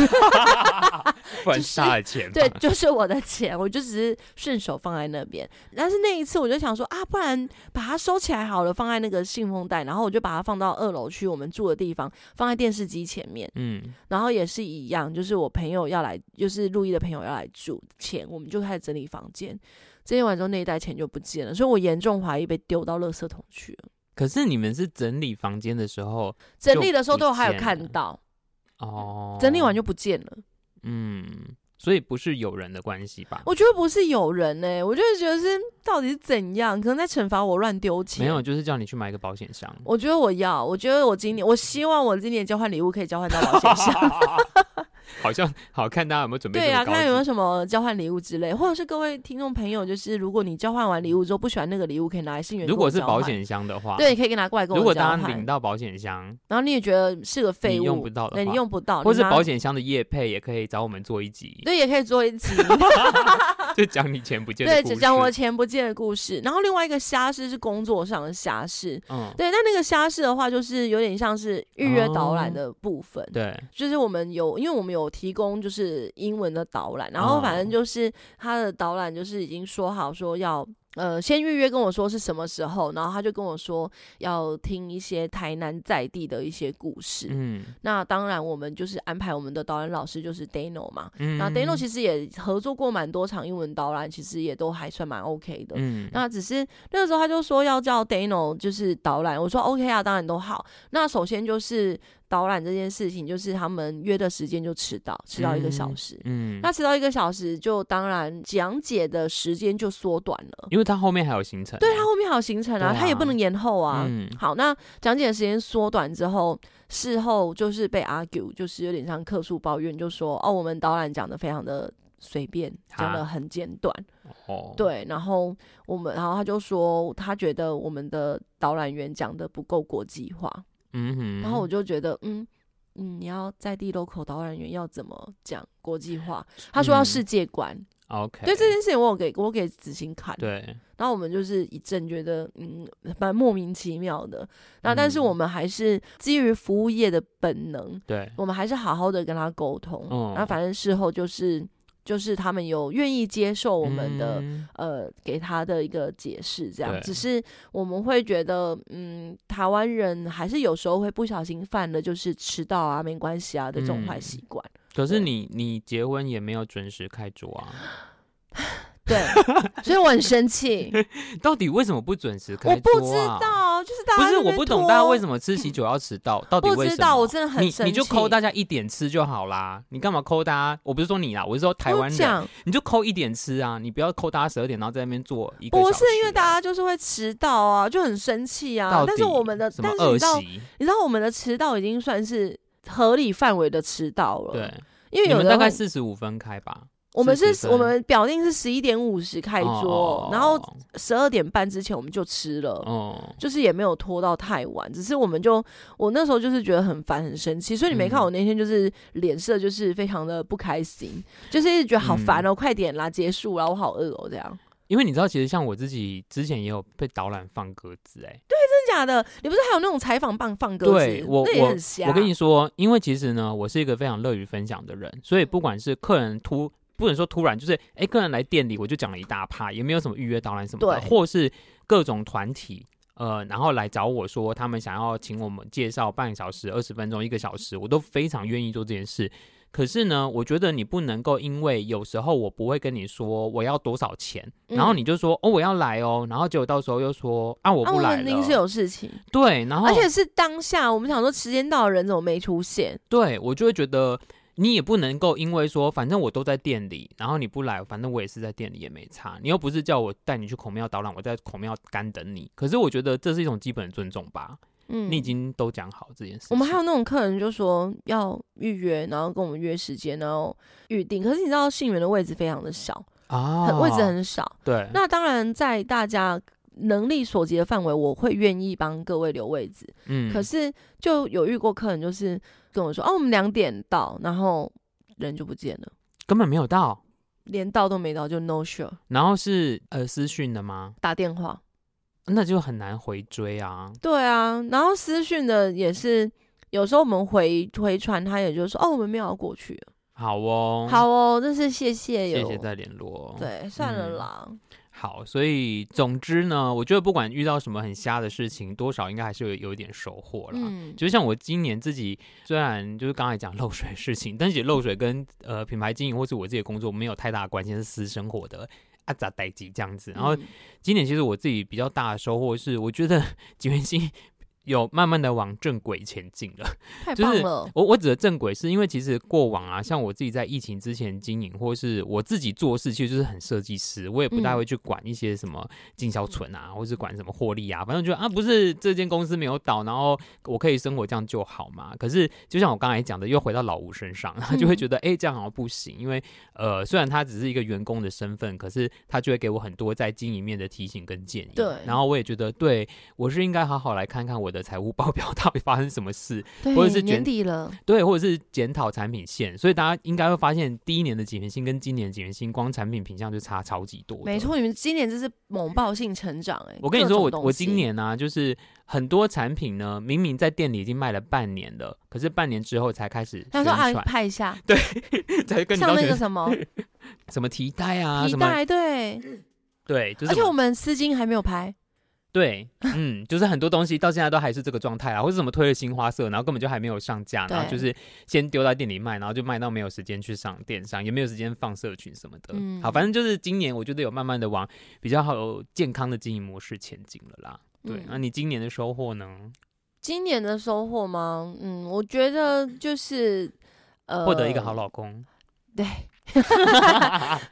Speaker 1: 不然
Speaker 2: 就是
Speaker 1: 他的钱嘛，
Speaker 2: 对，就是我的钱，我就只是顺手放在那边。但是那一次我就想说啊，不然把它收起来好了，放在那个信封袋，然后我就把它放到二楼去我们住的地方，放在电视机前面。
Speaker 1: 嗯
Speaker 2: 然后也是一样，就是我朋友要来，就是陆毅的朋友要来住前，我们就开始整理房间。整理完之后，那一袋钱就不见了，所以我严重怀疑被丢到垃圾桶去了。
Speaker 1: 可是你们是整理房间的时候
Speaker 2: 整理的时候
Speaker 1: 就不
Speaker 2: 都有还有
Speaker 1: 见
Speaker 2: 看
Speaker 1: 了
Speaker 2: 到，
Speaker 1: 哦，
Speaker 2: 整理完就不见了。
Speaker 1: 嗯，所以不是有人的关系吧？
Speaker 2: 我觉得不是有人呢、我就是觉得是到底是怎样，可能在惩罚我乱丢钱。
Speaker 1: 没有，，就是叫你去买一个保险箱。
Speaker 2: 我觉得我要，我觉得我今年，我希望我今年交换礼物可以交换到保 险箱。
Speaker 1: 好像好看大家有没有准备
Speaker 2: 对
Speaker 1: 呀、
Speaker 2: 啊，看看有没有什么交换礼物之类，或者是各位听众朋友，就是如果你交换完礼物之后不喜欢那个礼物，可以拿来信源。
Speaker 1: 如果是保，险箱的话，
Speaker 2: 对，，可以拿过来跟
Speaker 1: 如
Speaker 2: 我
Speaker 1: 果
Speaker 2: 交
Speaker 1: 大
Speaker 2: 换
Speaker 1: 家。领到保险箱，
Speaker 2: 然后你也觉得是个废
Speaker 1: 你
Speaker 2: 物，
Speaker 1: 用不到的
Speaker 2: 对你
Speaker 1: 话
Speaker 2: 用不到，
Speaker 1: 或
Speaker 2: 你
Speaker 1: 是
Speaker 2: 拿
Speaker 1: 保险箱的业配，也可以找我们做一集，
Speaker 2: 对也可以做一集。
Speaker 1: 就讲你钱不见的
Speaker 2: 对，
Speaker 1: 故
Speaker 2: 只讲我
Speaker 1: 事
Speaker 2: 钱不见的故事。然后另外一个虾事是工作上的虾事，
Speaker 1: 嗯，
Speaker 2: 对，那那个虾事的话，就是有点像是预约导览
Speaker 1: 哦
Speaker 2: 的部分。
Speaker 1: 对，
Speaker 2: 就是我们有，因为我们有提供就是英文的导览，然后
Speaker 1: 哦
Speaker 2: 反正就是他的导览就是已经说好说要。呃，先预约跟我说是什么时候，然后他就跟我说要听一些台南在地的一些故事。
Speaker 1: 嗯
Speaker 2: 那当然，我们就是安排我们的导演老师就是 Dano 嘛。
Speaker 1: 嗯，
Speaker 2: 那 Dano 其实也合作过蛮多场英文导览，其实也都还算蛮 OK 的。
Speaker 1: 嗯
Speaker 2: 那只是那个时候他就说要叫 Dano 就是导览，我说 OK 啊，当然都好。那首先就是导览这件事情，就是他们约的时间就迟到，迟到一个小时。
Speaker 1: 嗯，
Speaker 2: 那迟到一个小时，就当然讲解的时间就缩短了。
Speaker 1: 因为他后面还有行程，
Speaker 2: 对他后面还有行程啊，
Speaker 1: 对啊
Speaker 2: 他也不能延后啊。
Speaker 1: 嗯
Speaker 2: 好，那讲解的时间缩短之后，事后就是被 argue，就是有点像客诉抱怨，就说哦，我们导览讲的非常的随便，讲的
Speaker 1: 啊
Speaker 2: 很简短。
Speaker 1: 哦，
Speaker 2: 对，然后我们，然后他就说他觉得我们的导览员讲的不够国际化，
Speaker 1: 嗯哼，
Speaker 2: 然后我就觉得，嗯嗯，你要在地 local 导览员要怎么讲国际化？他说要
Speaker 1: 嗯
Speaker 2: 世界观，
Speaker 1: OK，
Speaker 2: 对这件事情我有给我给子欣看，
Speaker 1: 对
Speaker 2: 然后我们就是一阵觉得，嗯，蛮莫名其妙的。那但是
Speaker 1: 嗯
Speaker 2: 我们还是基于服务业的本能，
Speaker 1: 对，
Speaker 2: 我们还是好好的跟他沟通。
Speaker 1: 嗯
Speaker 2: 然后反正事后就是就是他们有愿意接受我们的。
Speaker 1: 嗯
Speaker 2: 呃给他的一个解释，这样
Speaker 1: 对
Speaker 2: 只是我们会觉得，嗯，台湾人还是有时候会不小心犯了就是迟到啊、没关系啊的这种坏
Speaker 1: 嗯
Speaker 2: 习惯。
Speaker 1: 可是
Speaker 2: 对
Speaker 1: 你你结婚也没有准时开桌啊？
Speaker 2: 对， 所以我很生气，
Speaker 1: 到底为什么不准时开桌、
Speaker 2: 我
Speaker 1: 啊？
Speaker 2: 不知，道，就是大家
Speaker 1: 不是我不懂大家为
Speaker 2: 么
Speaker 1: 什么吃喜酒要迟到，到底
Speaker 2: 嗯不
Speaker 1: 为
Speaker 2: 知
Speaker 1: 什
Speaker 2: 道，
Speaker 1: 么
Speaker 2: 我？真的很
Speaker 1: 你
Speaker 2: 生气。
Speaker 1: 你就抠大家一点吃就好啦，你干嘛抠大家？我不是说你啦，我是说台
Speaker 2: 我
Speaker 1: 湾人，
Speaker 2: 讲
Speaker 1: 你就抠一点吃啊，你不要抠大家十二点，然后在那边做一个
Speaker 2: 不
Speaker 1: 小
Speaker 2: 是
Speaker 1: 时
Speaker 2: 因为大家就是会迟到啊，就很生气啊
Speaker 1: 到。
Speaker 2: 但是
Speaker 1: 底
Speaker 2: 我们的，
Speaker 1: 什么
Speaker 2: 但是你
Speaker 1: 恶
Speaker 2: 知道，
Speaker 1: 习？
Speaker 2: 你知道我们的迟到已经算是合理范围的迟到了。，
Speaker 1: 对，
Speaker 2: 因为
Speaker 1: 你
Speaker 2: 有
Speaker 1: 们
Speaker 2: 的
Speaker 1: 大概
Speaker 2: 会
Speaker 1: 四十五分开吧，
Speaker 2: 我们
Speaker 1: 40
Speaker 2: 是，
Speaker 1: 分
Speaker 2: 我们表定是十一点五十开
Speaker 1: 哦
Speaker 2: 桌，
Speaker 1: 哦
Speaker 2: 然后
Speaker 1: 哦
Speaker 2: 十二点半之前我们就吃了。
Speaker 1: 哦，
Speaker 2: 就是也没有拖到太晚，只是我们就我那时候就是觉得很烦很生气，所以你没看
Speaker 1: 嗯
Speaker 2: 我那天就是脸色就是非常的不开心，就是一直觉得好
Speaker 1: 嗯
Speaker 2: 烦哦，快点啦，结束啦，我好饿哦，这样真
Speaker 1: 因为你知道，其实像我自己之前也有被导览放鸽子、哎，
Speaker 2: 的假的？你不是还有那种采访棒放鸽
Speaker 1: 对
Speaker 2: 子，
Speaker 1: 我
Speaker 2: 那也很瞎。
Speaker 1: 我跟你说，因为其实呢，我是一个非常乐于分享的人，所以不管是客人突，不能说突然，就是哎，客人来店里，我就讲了一大趴，也没有什么预约导览什么的，
Speaker 2: 对
Speaker 1: 或是各种团体。呃，然后来找我说他们想要请我们介绍半个小时、二十分钟、一个小时，我都非常愿意做这件事。可是呢，我觉得你不能够因为有时候我不会跟你说我要多少钱，
Speaker 2: 嗯
Speaker 1: 然后你就说哦我要来哦，然后结果到时候又说啊我
Speaker 2: 啊，
Speaker 1: 不
Speaker 2: 我
Speaker 1: 来
Speaker 2: 们
Speaker 1: 了，哦
Speaker 2: 临时有事情，
Speaker 1: 对，然后
Speaker 2: 而且是当下，我们想说时间到了，人怎么没出现？
Speaker 1: 对我就会觉得你也不能够因为说反正我都在店里，然后你不来，反正我也是在店里也没差，你又不是叫我带你去孔庙导览，我在孔庙干等你。可是我觉得这是一种基本的尊重吧，
Speaker 2: 嗯，
Speaker 1: 你已经都讲好这件事情。
Speaker 2: 我们还有那种客人就说要预约，然后跟我们约时间，然后预定。可是你知道信源的位置非常的小，
Speaker 1: 啊，
Speaker 2: 很位置很少。
Speaker 1: 对，
Speaker 2: 那当然，在大家能力所及的范围，我会愿意帮各位留位置。
Speaker 1: 嗯
Speaker 2: 可是就有遇过客人，就是跟我说：“哦，我们两点到，然后人就不见了。
Speaker 1: 根本没有到，”
Speaker 2: 连到都没到就 no show，
Speaker 1: 然后是呃私讯的吗？
Speaker 2: 打电话。
Speaker 1: 那就很难回追啊。
Speaker 2: 对啊，然后私讯的也是，有时候我们回回传，他也就说哦，我们没有要过去了。
Speaker 1: 好哦，，
Speaker 2: 好哦，这是谢谢
Speaker 1: 谢
Speaker 2: 有，
Speaker 1: 谢再联络。，
Speaker 2: 对，算了
Speaker 1: 嗯
Speaker 2: 啦。
Speaker 1: 好，所以总之呢，我觉得不管遇到什么很瞎的事情，多少应该还是有有一点收获啦。
Speaker 2: 嗯，
Speaker 1: 就像我今年自己，虽然就是刚才讲漏水的事情，但是漏水跟呃品牌经营或是我自己的工作没有太大的关系，是私生活的啊咋代际这样子。然后
Speaker 2: 嗯
Speaker 1: 今年其实我自己比较大的收获是，我觉得 吉原星有慢慢的往正轨前进了。
Speaker 2: 太
Speaker 1: 就
Speaker 2: 棒
Speaker 1: 是
Speaker 2: 了，
Speaker 1: 我我指的正轨，是因为其实过往啊，像我自己在疫情之前经营，或是我自己做事，其实就是很设计师，我也不大
Speaker 2: 嗯
Speaker 1: 会去管一些什么经销存啊，或是管什么获利啊，反正就啊，不是这间公司没有倒，然后我可以生活这样就好嘛。可是就像我刚才讲的，又回到老吴身上， 他就
Speaker 2: 嗯
Speaker 1: 会觉得哎、诶这样好像不行，因为呃，虽然他只是一个员工的身份，可是他就会给我很多在经营面的提醒跟建议。
Speaker 2: 对
Speaker 1: 然后我也觉得，对我是应该好好来看看我的财务报表 到底发生什么事，
Speaker 2: 对，
Speaker 1: 或者是
Speaker 2: 年
Speaker 1: 卷
Speaker 2: 底了，
Speaker 1: 对，或者是检讨产品线，所以大家应该会发现，第一年的几元星跟今年的几元星光产品品相就差超级多。
Speaker 2: 没。错，你们今年真是猛爆性成长哎、
Speaker 1: 我跟你
Speaker 2: 各
Speaker 1: 说，
Speaker 2: 种
Speaker 1: 我
Speaker 2: 东
Speaker 1: 我
Speaker 2: 西
Speaker 1: 今年呢、啊就是很多产品呢，明明在店里已经卖了半年了，可是半年之后才开始
Speaker 2: 他
Speaker 1: 宣
Speaker 2: 说啊
Speaker 1: 传，
Speaker 2: 拍一下，
Speaker 1: 才跟你
Speaker 2: 像
Speaker 1: 到
Speaker 2: 那
Speaker 1: 学
Speaker 2: 个什么
Speaker 1: 什么提袋 啊，
Speaker 2: 皮
Speaker 1: 什么
Speaker 2: 带，对，
Speaker 1: 对，就是
Speaker 2: 而且
Speaker 1: 什么
Speaker 2: 我们丝巾还没有拍，
Speaker 1: 对，嗯， 就是很多东西到现在都还是这个状态啦，啊或者什么推了新花色，然后根本就还没有上架，然后
Speaker 2: 对
Speaker 1: 就是先丢到店里卖，然后就卖到没有时间去上电商，也没有时间放社群什么的。
Speaker 2: 嗯
Speaker 1: 好，反正就是今年我觉得有慢慢的往比较好健康的经营模式前进了啦。对，那、
Speaker 2: 嗯
Speaker 1: 你今年的收获呢？
Speaker 2: 今年的收获吗？嗯，我觉得就是呃，
Speaker 1: 获得一个好老公，
Speaker 2: 对。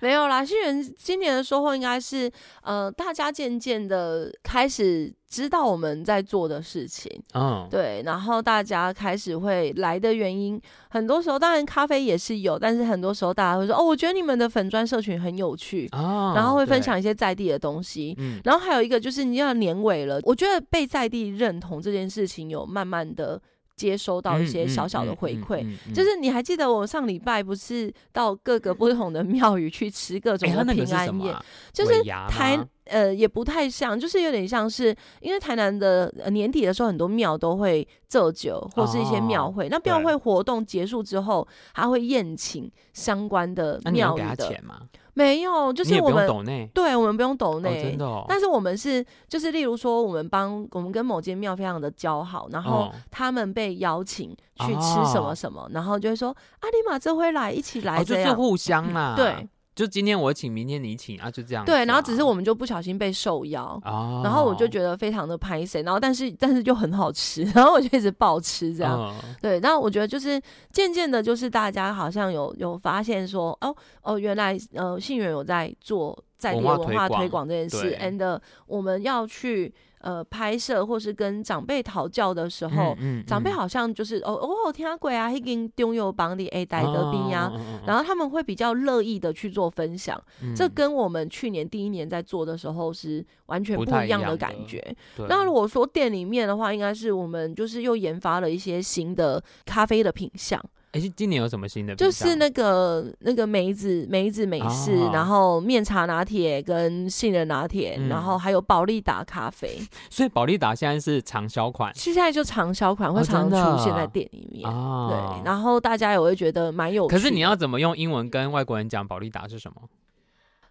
Speaker 2: 没有啦，新人今年的收获应该是，呃，大家渐渐的开始知道我们在做的事情，
Speaker 1: 嗯，
Speaker 2: 对，然后大家开始会来的原因，很多时候当然咖啡也是有，但是很多时候大家会说，哦，我觉得你们的粉砖社群很有趣，
Speaker 1: 啊，
Speaker 2: 然后会分
Speaker 1: 对，
Speaker 2: 享一些在地的东西。
Speaker 1: 嗯，
Speaker 2: 然后还有一个就是你要年尾了，我觉得被在地认同这件事情有慢慢的接收到一些
Speaker 1: 嗯
Speaker 2: 小小的回馈。，
Speaker 1: 嗯嗯嗯嗯
Speaker 2: 就是你还记得我上礼拜不是到各个不同的 庙宇去吃各种
Speaker 1: 哎，他
Speaker 2: 的
Speaker 1: 那
Speaker 2: 平
Speaker 1: 个是什
Speaker 2: 安
Speaker 1: 么
Speaker 2: 夜，
Speaker 1: 啊？
Speaker 2: 就是
Speaker 1: 尾牙
Speaker 2: 台
Speaker 1: 吗啊
Speaker 2: 呃也不太像，就是有点像是因为台南的、呃、年底的时候，很多庙都会祭酒或是一些庙会。那庙
Speaker 1: 哦对
Speaker 2: 会活动结束之后，还会宴请相关的
Speaker 1: 那你有
Speaker 2: 庙
Speaker 1: 给他
Speaker 2: 宇的。
Speaker 1: 钱吗？
Speaker 2: 没有，就
Speaker 1: 你
Speaker 2: 是
Speaker 1: 也
Speaker 2: 我
Speaker 1: 不用
Speaker 2: 们
Speaker 1: 抖内，
Speaker 2: 对我们不用抖
Speaker 1: 哦，
Speaker 2: 内、
Speaker 1: 真的哦，
Speaker 2: 但是我们是就是例如说，我们帮我们跟某间庙非常的交好，然后
Speaker 1: 哦
Speaker 2: 他们被邀请去吃什么
Speaker 1: 哦
Speaker 2: 什么，然后就会说阿里玛这回来一起来
Speaker 1: 哦，就
Speaker 2: 这
Speaker 1: 是
Speaker 2: 样。嗯
Speaker 1: 互相啦。
Speaker 2: 对，
Speaker 1: 就今天我请，明天你请啊，就这样子啊、
Speaker 2: 对，然后只是我们就不小心被受邀，
Speaker 1: 哦，
Speaker 2: 然后我就觉得非常的拍谁，然后但是但是就很好吃， 然后我就一直暴吃这样。
Speaker 1: 嗯
Speaker 2: 对，然后我觉得就是渐渐的，就是大家好像有有发现说，哦哦，原来呃信源有在做在地
Speaker 1: 文
Speaker 2: 的
Speaker 1: 化
Speaker 2: 文
Speaker 1: 推
Speaker 2: 化推
Speaker 1: 广
Speaker 2: 广这件事
Speaker 1: 对
Speaker 2: ，and 呃我们要去呃拍摄或是跟长辈讨教的时候，
Speaker 1: 嗯
Speaker 2: 长辈好像就是哦哦，我有听过啊，迄间中药哎房里诶，大哥兵呀，，啊然
Speaker 1: 后
Speaker 2: 后他们会比较乐意的去做分享。
Speaker 1: 嗯
Speaker 2: 这跟我们去年第一年在做的时候是完全
Speaker 1: 不
Speaker 2: 不
Speaker 1: 太一
Speaker 2: 一样
Speaker 1: 样
Speaker 2: 的
Speaker 1: 的
Speaker 2: 感觉。那如果说店里面的话，应该是我们就是又研发了一些新的咖啡的品相，
Speaker 1: 哎，是今年有什么新的品
Speaker 2: 就
Speaker 1: 项？
Speaker 2: 是那个那个梅子梅子美式，
Speaker 1: 哦
Speaker 2: 然后面茶拿铁跟杏仁拿铁，
Speaker 1: 嗯
Speaker 2: 然后还有保利达咖啡，
Speaker 1: 所以保利达现在是畅销款
Speaker 2: 现在就畅销款会
Speaker 1: 哦
Speaker 2: 常
Speaker 1: 真的
Speaker 2: 常出现在店里面。
Speaker 1: 啊
Speaker 2: 对，然后大家也会觉得蛮有趣的。
Speaker 1: 可是你要怎么用英文跟外国人讲保利达是什 么？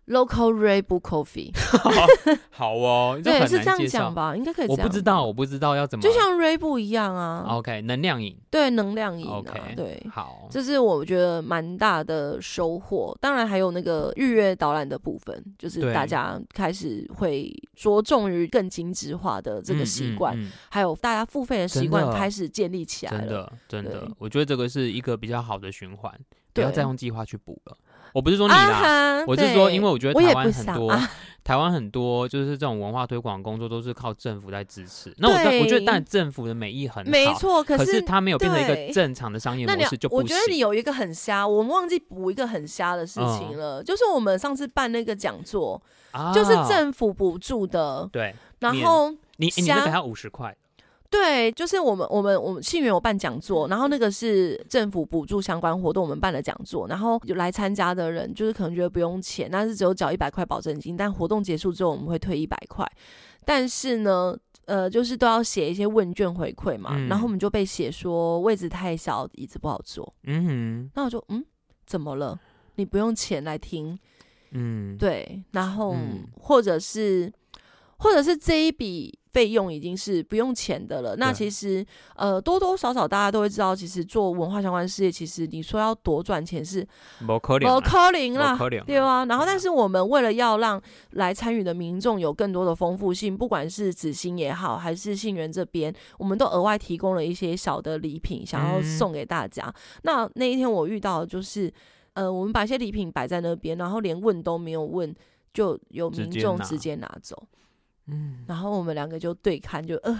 Speaker 2: local red bull coffee，
Speaker 1: 好哦，
Speaker 2: 对，
Speaker 1: 很
Speaker 2: 是
Speaker 1: 难
Speaker 2: 这样
Speaker 1: 介绍
Speaker 2: 讲。吧？应该可以这
Speaker 1: 我
Speaker 2: 样。
Speaker 1: 不知道，，我不知道要怎么，
Speaker 2: 就像 red bull 一样啊。
Speaker 1: OK 能量饮
Speaker 2: 对，能量饮啊
Speaker 1: OK
Speaker 2: 对，
Speaker 1: 好，
Speaker 2: 这是我觉得蛮大的收获。当然还有那个日月导览的部分，就是
Speaker 1: 对
Speaker 2: 大家开始会着重于更精致化的这个
Speaker 1: 嗯
Speaker 2: 习
Speaker 1: 嗯
Speaker 2: 惯，
Speaker 1: 嗯
Speaker 2: 还有大家付费的习惯
Speaker 1: 真的
Speaker 2: 开始建立起来
Speaker 1: 真
Speaker 2: 了。
Speaker 1: 的，真的
Speaker 2: 对，
Speaker 1: 我觉得这个是一个比较好的循环，不
Speaker 2: 对
Speaker 1: 要再用计划去补了。我不是说你
Speaker 2: 啊
Speaker 1: 啦，
Speaker 2: 哈，
Speaker 1: 我是说，
Speaker 2: 对
Speaker 1: 因为我觉得
Speaker 2: 我也
Speaker 1: 台
Speaker 2: 不
Speaker 1: 湾很
Speaker 2: 想
Speaker 1: 多，
Speaker 2: 啊，
Speaker 1: 台湾很多就是这种文化推广工作都是靠政府在支持。那我在我觉得，
Speaker 2: 对
Speaker 1: 但政府的美意很好，
Speaker 2: 没错。
Speaker 1: 可
Speaker 2: 是
Speaker 1: 它没有变成一个
Speaker 2: 对
Speaker 1: 正常的商业
Speaker 2: 那
Speaker 1: 模
Speaker 2: 你
Speaker 1: 式就
Speaker 2: 我
Speaker 1: 不
Speaker 2: 觉
Speaker 1: 行
Speaker 2: 得。你有一个很瞎，我们忘记补一个很瞎的事情
Speaker 1: 嗯
Speaker 2: 了，就是我们上次办那个讲座，
Speaker 1: 啊
Speaker 2: 就是政府补助的，
Speaker 1: 对
Speaker 2: 然
Speaker 1: 免
Speaker 2: 后
Speaker 1: 你，你那
Speaker 2: 虾
Speaker 1: 个还要五十块，
Speaker 2: 对，就是我们我们我们信源有办讲座，然后那个是政府补助相关活动，我们办了讲座，然后有来参加的人就是可能觉得不用钱，但是只有缴一百块保证金，但活动结束之后我们会退一百块，但是呢。呃，就是都要写一些问卷回馈嘛，
Speaker 1: 嗯
Speaker 2: 然后我们就被写说位置太小，椅子不好坐。
Speaker 1: 嗯
Speaker 2: 那我就嗯，怎么了？你不用钱来听，
Speaker 1: 哼嗯，
Speaker 2: 对，然后、
Speaker 1: 嗯
Speaker 2: 或者是或者是这一笔费用已经是不用钱的了。那
Speaker 1: 对
Speaker 2: 其实呃多多少少大家都会知道，其实做文化相关事业，其实你说要多赚钱是
Speaker 1: 不可能
Speaker 2: 不
Speaker 1: 啦，哦
Speaker 2: 可能
Speaker 1: 不
Speaker 2: 啦。
Speaker 1: 可能，
Speaker 2: 对啊，然后
Speaker 1: 对啊
Speaker 2: 但是我们为了要让来参与的民众有更多的丰富性，不管是紫星也好，还是信源这边，我们都额外提供了一些小的礼品，想要
Speaker 1: 嗯
Speaker 2: 送给大家。那那一天我遇到的就是，呃，我们把一些礼品摆在那边，然后连问都没有问，就有
Speaker 1: 直
Speaker 2: 民
Speaker 1: 接
Speaker 2: 众
Speaker 1: 拿
Speaker 2: 直接拿走，
Speaker 1: 嗯。
Speaker 2: 然后我们两个就对看，就呃，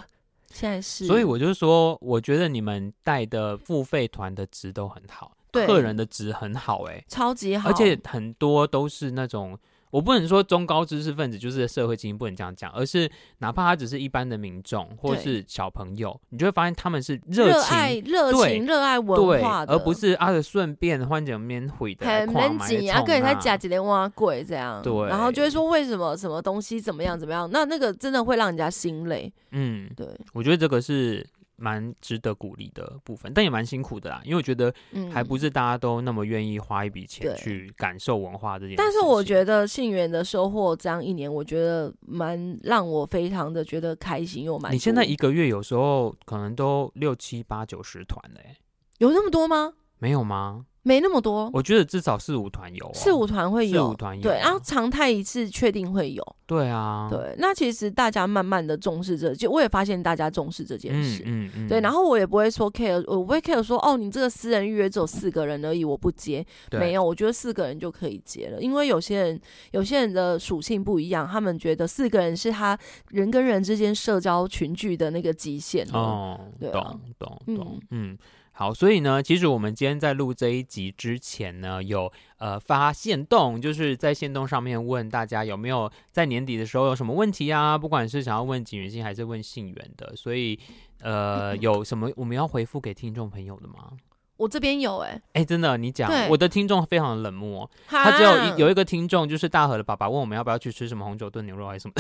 Speaker 2: 现在是，
Speaker 1: 所以我就说，我觉得你们带的付费团的值都很好，
Speaker 2: 对
Speaker 1: 客人的值很好、欸，
Speaker 2: 超级好，
Speaker 1: 而且很多都是那种，我不能说中高知识分子就是社会精英，不能这样讲，而是哪怕他只是一般的民众或
Speaker 2: 对
Speaker 1: 是小朋友，你就会发现他们是
Speaker 2: 热爱
Speaker 1: 情。
Speaker 2: 热
Speaker 1: 对
Speaker 2: 情、热爱
Speaker 1: 对
Speaker 2: 文，化的，
Speaker 1: 而不是啊，顺便换成免费的，
Speaker 2: 很
Speaker 1: 能
Speaker 2: 能挤啊，个人才假几连挖贵这样，
Speaker 1: 对
Speaker 2: 然后就会说为什么什么东西怎么样怎么样，那那个真的会让人家心累，
Speaker 1: 嗯，
Speaker 2: 对，
Speaker 1: 我觉得这个是蛮值得鼓励的部分，但也蛮辛苦的啦，因为我觉得
Speaker 2: 嗯，
Speaker 1: 还不。是大家都那么愿意花一笔钱
Speaker 2: 对
Speaker 1: 去感受文化这件事情。
Speaker 2: 但是我觉得信源的收获，这样一年，我觉得蛮让我非常的觉得开心又满足。
Speaker 1: 你现在一个月有时候可能都六七八九十团嘞、
Speaker 2: 有那么多吗？
Speaker 1: 没有吗？
Speaker 2: 没那么多，
Speaker 1: 我觉得至少四五团有、哦，
Speaker 2: 哦四五团会
Speaker 1: 四
Speaker 2: 有，
Speaker 1: 五团有
Speaker 2: 对，然后
Speaker 1: 啊
Speaker 2: 常态一次确定会有，
Speaker 1: 对啊，
Speaker 2: 对。那其实大家慢慢的重视这，就我也发现大家重视这件
Speaker 1: 嗯
Speaker 2: 事，
Speaker 1: 嗯嗯，
Speaker 2: 对。然后我也不会说 care，我不会 care 说哦，你这个私人预约只有四个人而已，我不接。
Speaker 1: 对
Speaker 2: 没有，我觉得四个人就可以结了，因为有些人有些人的属性不一样，他们觉得四个人是他人跟人之间社交群聚的那个极限了。
Speaker 1: 哦，
Speaker 2: 对啊
Speaker 1: 懂懂
Speaker 2: 嗯
Speaker 1: 懂，嗯。好，所以呢，其实我们今天在录这一集之前呢，有呃发现动，就是在线动上面问大家有没有在年底的时候有什么问题啊？不管是想要问景元星还是问信源的，所以
Speaker 2: 嗯
Speaker 1: 呃有什么我们要回复给听众朋友的吗？
Speaker 2: 我这边有哎、
Speaker 1: 哎、真的，你讲，
Speaker 2: 对
Speaker 1: 我的听众非常冷漠，
Speaker 2: 他
Speaker 1: 他只有一有一个听众，就是大河的爸爸问我们要不要去吃什么红酒炖牛肉还 是什么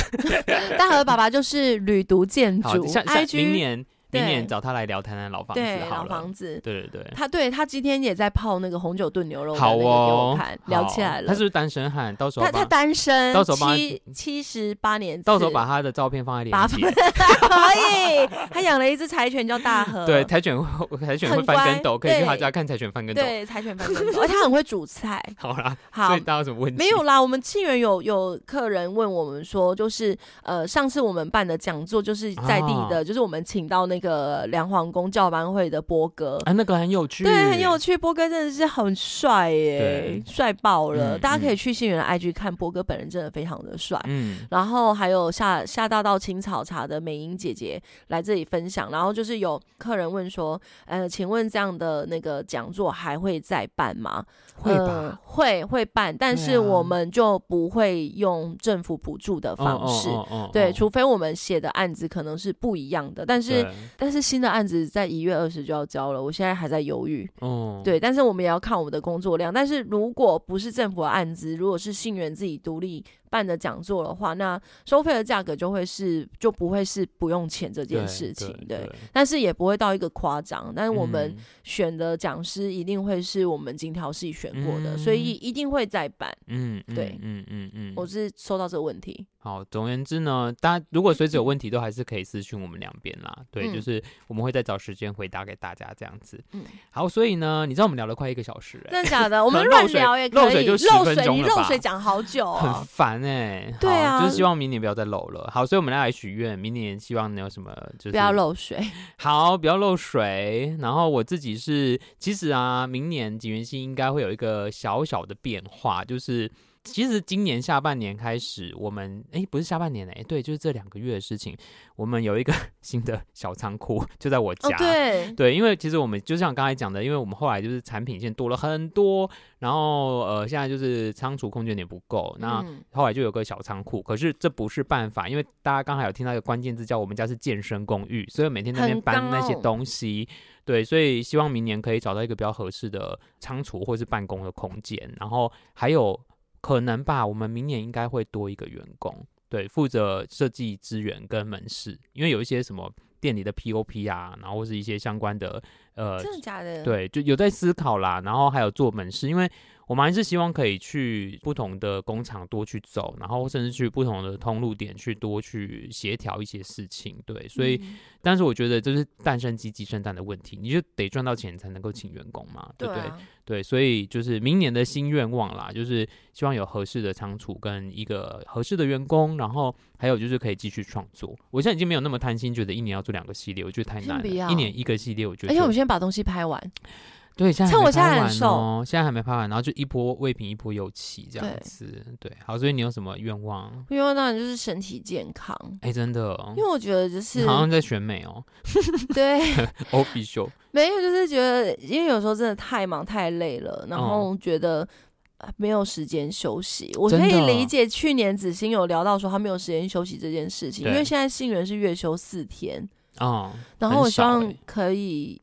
Speaker 1: 的。
Speaker 2: 大河爸爸就是旅途建
Speaker 1: 好，
Speaker 2: 筑
Speaker 1: 下下
Speaker 2: ，IG
Speaker 1: 明年
Speaker 2: 对
Speaker 1: 明年找他来聊台南老房
Speaker 2: 对
Speaker 1: 子好
Speaker 2: 老
Speaker 1: 了。
Speaker 2: 房子，
Speaker 1: 对对对，
Speaker 2: 他对他今天也在泡那个红酒炖牛肉的那
Speaker 1: 好
Speaker 2: 个给我
Speaker 1: 哦
Speaker 2: 看，，
Speaker 1: 好
Speaker 2: 聊起来了。
Speaker 1: 他是不是单身汉？到时候
Speaker 2: 他
Speaker 1: 把
Speaker 2: 他单身，
Speaker 1: 到时候帮他
Speaker 2: 七七十八年次，
Speaker 1: 到时候把他的照片放在
Speaker 2: 把
Speaker 1: 链
Speaker 2: 可
Speaker 1: 接。
Speaker 2: 以，他养了一只柴犬叫大 河，
Speaker 1: 对，柴犬会柴犬会
Speaker 2: 很
Speaker 1: 翻
Speaker 2: 乖
Speaker 1: 跟斗，可以去他
Speaker 2: 对
Speaker 1: 家看柴犬翻跟斗。
Speaker 2: 对，柴犬翻跟斗，而且它很会 煮菜。
Speaker 1: 好啦，所
Speaker 2: 好
Speaker 1: 以，大家有什么问题？
Speaker 2: 没有啦，我们庆元有有客人问我们说，就是呃，上次我们办的讲座就是在地
Speaker 1: 啊
Speaker 2: 的，就是我们请到那个梁皇宫教班会的波哥。
Speaker 1: 啊，那个很有趣，
Speaker 2: 对，很有趣，波哥真的是很帅耶
Speaker 1: 对，
Speaker 2: 帅爆了！
Speaker 1: 嗯
Speaker 2: 大家可以去信源的 IG 看波哥本人，真的非常的帅。
Speaker 1: 嗯，
Speaker 2: 然后还有下下大道青草茶的美英姐姐来这里分享，然后就是有客人问说，呃，请问这样的那个讲座还会再办吗？
Speaker 1: 会
Speaker 2: 呃
Speaker 1: 吧？
Speaker 2: 会会办，但
Speaker 1: 对
Speaker 2: 是
Speaker 1: 啊
Speaker 2: 我们就不会用政府补助的方式。
Speaker 1: 哦，哦哦
Speaker 2: 对，
Speaker 1: 哦
Speaker 2: 除非我们写的案子可能是不一样的，但是
Speaker 1: 对
Speaker 2: 但是新的案子在一月二十就要交了，我现在还在犹豫。
Speaker 1: 哦，
Speaker 2: 对，但是我们也要看我们的工作量。但是如果不是政府的案子，如果是信源自己独立办的讲座的话，那收费的价格就会是就不会是不用钱这
Speaker 1: 对
Speaker 2: 件事情，
Speaker 1: 对，
Speaker 2: 但是也不会到一个夸张。但是我们
Speaker 1: 嗯
Speaker 2: 选的讲师一定会是我们金条系选过的，
Speaker 1: 嗯
Speaker 2: 所以一定会再版。
Speaker 1: 嗯，嗯
Speaker 2: 对
Speaker 1: 嗯嗯嗯，
Speaker 2: 我是收到这个问题，
Speaker 1: 好，总而言之呢，大家如果随时有问题，都还是可以私讯我们两边啦。对，就
Speaker 2: 嗯
Speaker 1: 是我们会再找时间回答给大家这样子。
Speaker 2: 嗯
Speaker 1: 好，所以呢，你知道我们聊了快一个小时、欸，
Speaker 2: 真的 假的？我们
Speaker 1: 漏
Speaker 2: 乱
Speaker 1: 水
Speaker 2: 聊也
Speaker 1: 漏
Speaker 2: 可
Speaker 1: 水
Speaker 2: 以，
Speaker 1: 就10
Speaker 2: 漏
Speaker 1: 分
Speaker 2: 水
Speaker 1: 钟
Speaker 2: 你
Speaker 1: 了
Speaker 2: 漏
Speaker 1: 吧
Speaker 2: 水讲好 久
Speaker 1: 欸很
Speaker 2: 哦。
Speaker 1: 烦哎、好
Speaker 2: 对啊
Speaker 1: 就是希望明年不要再漏了。好，所以我们来许愿，明年希望你有什么就是
Speaker 2: 不要漏水，
Speaker 1: 好，不要漏水。然后我自己是，其实啊，明年景元星应该会有一个小小的变化，就是其实今年下半年开始，我们哎、不是下半年哎、对，就是这两个月的事情，我们有一个 新的小仓库，就在我
Speaker 2: 哦
Speaker 1: 家。，
Speaker 2: 对，
Speaker 1: 对，因为其实我们就像刚才讲的，因为我们后来就是产品线多了很多，然后呃，现在就是仓储空间有点不够，那
Speaker 2: 嗯
Speaker 1: 后来就有个小仓库。可是这不是办法，因为大家刚才有听到一个关键字叫我们家是健身公寓，所以每天在那边
Speaker 2: 很
Speaker 1: 搬那些
Speaker 2: 高哦
Speaker 1: 东西。对，所以希望明年可以找到一个比较合适的仓储或是办公的空间，然后还有可能吧，我们明年应该会多一个员工，对，负责设计资源跟门市，因为有一些什么店里的 POP 啊，然后或是一些相关的呃
Speaker 2: 真的假的？，
Speaker 1: 对，就有在思考啦，然后还有做门市，因为我们还是希望可以去不同的工厂多去走，然后甚至去不同的通路点去多去协调一些事情。对，所以，
Speaker 2: 嗯
Speaker 1: 但是我觉得这是蛋生鸡，鸡生蛋的问题，你就得赚到钱才能够请员工嘛，对
Speaker 2: 对
Speaker 1: 不对？
Speaker 2: 啊，
Speaker 1: 对，所以就是明年的新愿望啦，就是希望有合适的仓储跟一个合适的员工，然后还有就是可以继续创作。我现在已经没有那么贪心，觉得一年要做两个系列，我觉得太
Speaker 2: 先
Speaker 1: 难
Speaker 2: 不
Speaker 1: 了。
Speaker 2: 要
Speaker 1: 一年一个系列，我觉
Speaker 2: 而
Speaker 1: 得
Speaker 2: 且我们先把东西拍完，
Speaker 1: 对，现在
Speaker 2: 趁
Speaker 1: 还
Speaker 2: 我
Speaker 1: 没
Speaker 2: 现在
Speaker 1: 拍
Speaker 2: 很
Speaker 1: 完
Speaker 2: 瘦
Speaker 1: 哦，现在还没拍完，然后就一波未平一波又起这样
Speaker 2: 对
Speaker 1: 子。对，好，所以你有什么愿望？
Speaker 2: 因为当然就是身体健康，
Speaker 1: 哎，真的哦，
Speaker 2: 因为我觉得就
Speaker 1: 你
Speaker 2: 是
Speaker 1: 好像在选美哦
Speaker 2: 对。
Speaker 1: ，official。
Speaker 2: 没有，就是觉得，因为有时候真的太忙太累了，然后觉得呃没有时间休息。我可
Speaker 1: 哦真
Speaker 2: 以
Speaker 1: 的
Speaker 2: 理解去年子欣有聊到说她没有时间休息这件事情，因
Speaker 1: 对
Speaker 2: 为现在新人是月休四天，
Speaker 1: 哦，
Speaker 2: 然后我
Speaker 1: 很
Speaker 2: 希
Speaker 1: 少
Speaker 2: 望
Speaker 1: 欸
Speaker 2: 可以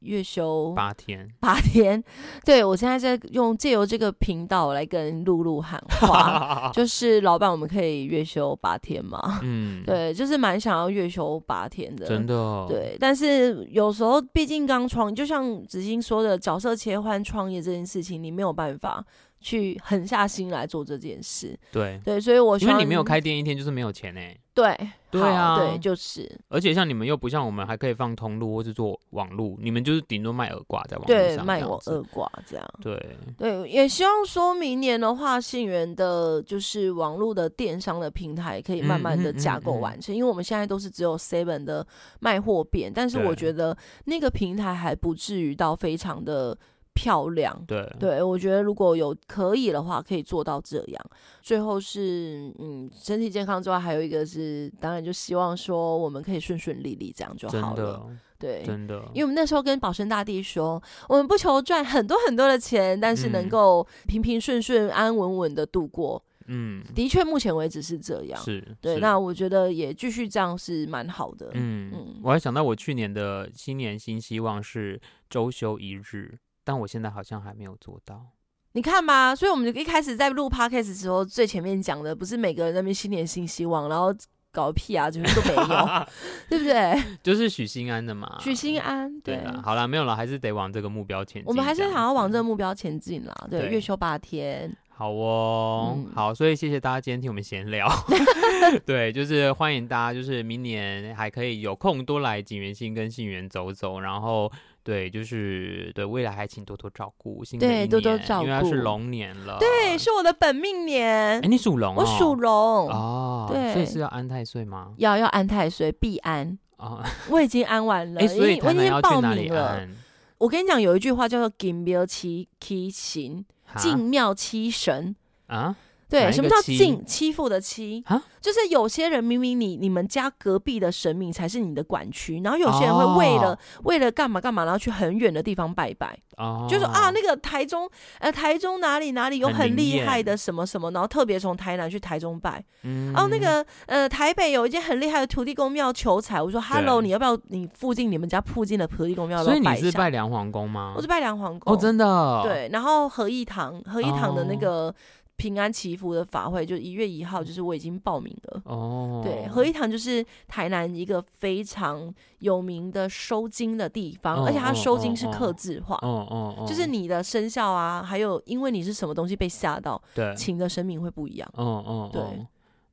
Speaker 2: 月休
Speaker 1: 八 天，
Speaker 2: 八天。对我现在在用借由这个频道来跟露露喊 话，就是老板，我们可以月休八天吗？
Speaker 1: 嗯，，
Speaker 2: 对，就是蛮想要月休八天的，
Speaker 1: 真的哦，
Speaker 2: 对，但是有时候毕竟刚创，就像子欣说的，角色切换创业这件事情，你没有办法去狠下心来做这件事。
Speaker 1: 对，
Speaker 2: 对，所以我希
Speaker 1: 因为
Speaker 2: 望
Speaker 1: 你没有开店一天就是没有钱哎。
Speaker 2: 对
Speaker 1: 对
Speaker 2: 好
Speaker 1: 啊
Speaker 2: 对，就是
Speaker 1: 而且像你们又不像我们还可以放通路或是做网路，你们就是顶多卖耳挂在网络
Speaker 2: 对
Speaker 1: 上这
Speaker 2: 卖
Speaker 1: 样
Speaker 2: 我嗯
Speaker 1: 子
Speaker 2: 二瓜这样。
Speaker 1: 对，
Speaker 2: 对，也希望说明年的话，信源的就是网络的电商的平台可以慢慢的
Speaker 1: 嗯嗯嗯
Speaker 2: 架构
Speaker 1: 嗯
Speaker 2: 完成，因为我们现在都是只有 Seven 的卖货店，但是我
Speaker 1: 对
Speaker 2: 觉得那个平台还不至于到非常的漂亮。
Speaker 1: 对，
Speaker 2: 对，我觉得如果有可以的话，可以做到这样。最后是，嗯，身体健康之外，还有一个是，当然就希望说我们可以顺顺利利，这样就
Speaker 1: 真
Speaker 2: 好了。
Speaker 1: 的哦
Speaker 2: 对，
Speaker 1: 真的
Speaker 2: 因，为我们那时候跟保生大帝说，我们不求赚很多很多的钱，但是能
Speaker 1: 嗯
Speaker 2: 够平平顺顺、安安稳稳的度过。
Speaker 1: 嗯，
Speaker 2: 的确，目前为止是这样。
Speaker 1: 是，
Speaker 2: 对，
Speaker 1: 是
Speaker 2: 那我觉得也继续这样是蛮好的。
Speaker 1: 嗯
Speaker 2: 嗯，
Speaker 1: 我还想到我去年的新年新希望是周休一日，但我现在好像还没有做 到。
Speaker 2: 你看吧，所以我们就一开始在录 podcast 的时候，最前面讲的不是每个人在那边新年新希望，然后搞个屁啊，就是都没 有，对不对？
Speaker 1: 就是许心安的嘛，
Speaker 2: 许心安，
Speaker 1: 啊对
Speaker 2: 对，
Speaker 1: 啦好啦，没有了，还是得往这个目标前进。
Speaker 2: 我们还是
Speaker 1: 这样
Speaker 2: 想要往
Speaker 1: 子
Speaker 2: 这个目标前进啦。对，
Speaker 1: 对
Speaker 2: 月休八天，
Speaker 1: 好哦，
Speaker 2: 嗯
Speaker 1: 好，所以谢谢大家今天听我们闲 聊。对，就是欢迎大家，就是明年还可以有空多来景元新跟信源走走，然后对，就是对未来还请多多照顾，新的
Speaker 2: 对
Speaker 1: 一
Speaker 2: 多多
Speaker 1: 年
Speaker 2: 照
Speaker 1: 因为它是
Speaker 2: 顾
Speaker 1: 龙年了。
Speaker 2: 对，是我的本命年
Speaker 1: 哦哎，，你属龙、哦，
Speaker 2: 我属龙，
Speaker 1: 哦，
Speaker 2: 对
Speaker 1: 所以是要安太岁吗？
Speaker 2: 要要安太岁，必安。
Speaker 1: 啊，
Speaker 2: 我已经安完了，
Speaker 1: 哎，所以
Speaker 2: 已经我
Speaker 1: 台
Speaker 2: 已
Speaker 1: 南要
Speaker 2: 经
Speaker 1: 去
Speaker 2: 报
Speaker 1: 哪里哎
Speaker 2: 名了。
Speaker 1: 安？
Speaker 2: 我跟你讲，有一句话叫做“金庙七七行，
Speaker 1: 哈
Speaker 2: 进庙七神”。
Speaker 1: 啊，哪
Speaker 2: 对，
Speaker 1: 一
Speaker 2: 什么
Speaker 1: 个
Speaker 2: 叫
Speaker 1: 欺
Speaker 2: 尽欺负的欺
Speaker 1: 啊？
Speaker 2: 就是有些人明明你你们家隔壁的神明才是你的管区，然后有些人会为了、
Speaker 1: 哦
Speaker 2: 为了干嘛干嘛，然后去很远的地方拜拜，
Speaker 1: 哦，
Speaker 2: 就说啊，那个台中呃台中哪里哪里有
Speaker 1: 很
Speaker 2: 很
Speaker 1: 灵
Speaker 2: 厉
Speaker 1: 验
Speaker 2: 害的什么什么，然后特别从台南去台中拜，
Speaker 1: 嗯
Speaker 2: 哦那个呃台北有一间很厉害的土地公庙求财，我说 hello，你要不要你附近你们家附近的土地公庙都
Speaker 1: 所以你
Speaker 2: 拜一
Speaker 1: 是
Speaker 2: 下？
Speaker 1: 拜梁皇宫吗
Speaker 2: 我是？拜梁皇宫
Speaker 1: 哦，真的，，
Speaker 2: 对，然后合一堂合一堂的那
Speaker 1: 哦
Speaker 2: 个平安祈福的法会，就一月一号，就是我已经报名了。
Speaker 1: 哦，
Speaker 2: 对，合一堂就是台南一个非常有名的收金的地方，
Speaker 1: 哦
Speaker 2: 而且它
Speaker 1: 哦
Speaker 2: 收
Speaker 1: 哦
Speaker 2: 金是
Speaker 1: 哦
Speaker 2: 刻字化，
Speaker 1: 哦哦哦，
Speaker 2: 就是你的生肖啊，还有因为你是什么东西被吓到，
Speaker 1: 对，
Speaker 2: 请的神明会不一样。
Speaker 1: 哦哦，
Speaker 2: 对
Speaker 1: 哦，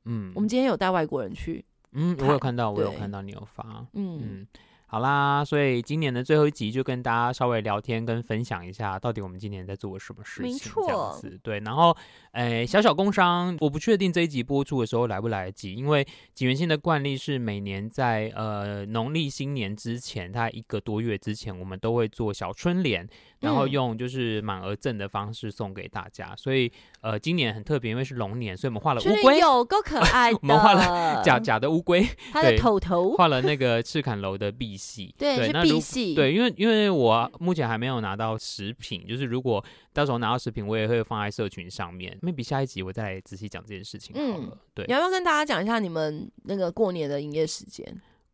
Speaker 1: 嗯，
Speaker 2: 我们今天有带外国人去，
Speaker 1: 嗯，我有
Speaker 2: 看
Speaker 1: 看到，我有
Speaker 2: 对
Speaker 1: 看到你有发，
Speaker 2: 嗯，
Speaker 1: 嗯，好啦，所以今年的最后一集就跟大家稍微聊天跟分享一下，到底我们今年在做什么事
Speaker 2: 没
Speaker 1: 情，
Speaker 2: 错
Speaker 1: 这样子对。然后，诶、小小工商，我不确定这一集播出的时候来不来得及，因为景元信的惯例是每年在呃农历新年之前，它一个多月之前，我们都会做小春联，然后
Speaker 2: 嗯
Speaker 1: 用就是满额赠的方式送给大家。所以，呃，今年很特别，因为是龙年，所以我们画了
Speaker 2: 觉
Speaker 1: 乌
Speaker 2: 得
Speaker 1: 龟，
Speaker 2: 有够可爱 的，
Speaker 1: 我们画 假假的乌龟，
Speaker 2: 它的
Speaker 1: 对
Speaker 2: 头头，
Speaker 1: 画了那个赤坎楼的碧玺，
Speaker 2: 对，
Speaker 1: 那
Speaker 2: 是
Speaker 1: 如
Speaker 2: 碧玺，
Speaker 1: 对，因为因为我目前还没有拿到食品，就是如果到时候拿到食品，我也会放在社群上面。maybe 下一集我再来仔细讲这件事情好了。
Speaker 2: 嗯
Speaker 1: 对
Speaker 2: 你，要不要跟大家讲一下你们那个过年的营业时间？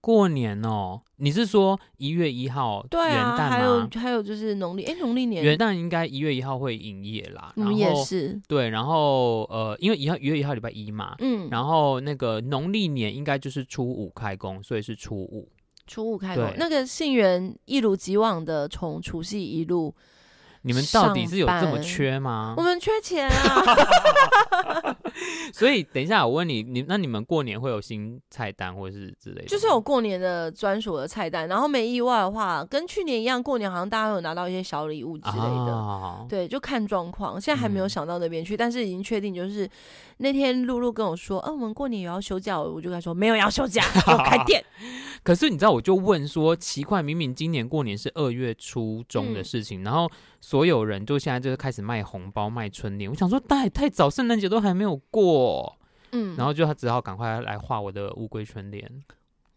Speaker 1: 过年哦，你是说一月一号
Speaker 2: 对
Speaker 1: 元
Speaker 2: 啊，
Speaker 1: 旦
Speaker 2: 还有
Speaker 1: 吗？
Speaker 2: 还有就是农历，哎，农历年
Speaker 1: 元旦应该一月一号会营业啦，
Speaker 2: 你
Speaker 1: 然后
Speaker 2: 们嗯也是，
Speaker 1: 对，然后呃，因为一号一月一号礼拜一嘛，
Speaker 2: 嗯，
Speaker 1: 然后那个农历年应该就是初五开工，所以是初五。
Speaker 2: 初五开工
Speaker 1: 对，
Speaker 2: 那个信源一如既往的从除夕一路，
Speaker 1: 你们到底
Speaker 2: 上
Speaker 1: 是有这么
Speaker 2: 班
Speaker 1: 缺吗？
Speaker 2: 我们缺钱啊，
Speaker 1: 所以等一下，我问你，你那你们过年会有新菜单或是之类的吗？
Speaker 2: 就是有过年的专属的菜单，然后没意外的话，跟去年一样，过年好像大家有拿到一些小礼物之类的。
Speaker 1: 啊、
Speaker 2: 对，就看状况，现在还没有
Speaker 1: 嗯
Speaker 2: 想到那边去，但是已经确定，就是那天露露跟我说，嗯、我们过年也要休假，我就跟她说没有要休假，要开店。
Speaker 1: 可是你知道，我就问说，奇怪，明明今年过年是二月初中的
Speaker 2: 嗯
Speaker 1: 事情，然后所有人就现在就是开始卖红包、卖春联。我想说，大也太早，圣诞节都还没有过，
Speaker 2: 嗯，
Speaker 1: 然后就他只好赶快来画我的乌龟春联，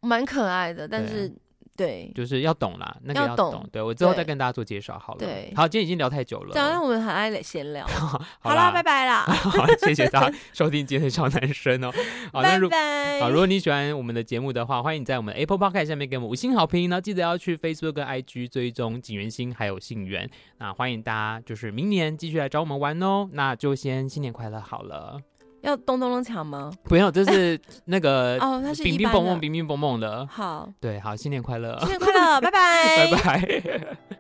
Speaker 2: 蛮可爱的，但
Speaker 1: 对啊
Speaker 2: 是对，
Speaker 1: 就是要懂啦，那个
Speaker 2: 要
Speaker 1: 要
Speaker 2: 懂
Speaker 1: 对我之后再
Speaker 2: 对
Speaker 1: 跟大家做介绍好了。
Speaker 2: 对
Speaker 1: 好，今天已经聊太久了
Speaker 2: 这。 样我们很爱闲聊。
Speaker 1: 好
Speaker 2: 啦，
Speaker 1: 啦，
Speaker 2: 拜拜啦，
Speaker 1: 好，谢谢大 家收听今天的小男生哦。好，那
Speaker 2: 拜
Speaker 1: 如
Speaker 2: 拜。
Speaker 1: 好，如果你喜欢我们的节目的话，欢迎在我们 Apple Podcast 下面给我们五星好评，然后记得要去 Facebook 跟 IG 追踪景元星还有信源。那欢迎大家就是明年继续来找我们玩哦。那就先新年快乐好了，
Speaker 2: 要咚咚咚抢吗？
Speaker 1: 不用，这是那个
Speaker 2: 哦，它是
Speaker 1: 呃冰
Speaker 2: 一
Speaker 1: 冰
Speaker 2: 般
Speaker 1: 蹦蹦
Speaker 2: 的。
Speaker 1: 冰冰蹦蹦的，
Speaker 2: 好，
Speaker 1: 对，好，新年快乐，
Speaker 2: 新年快乐，拜拜
Speaker 1: 拜拜。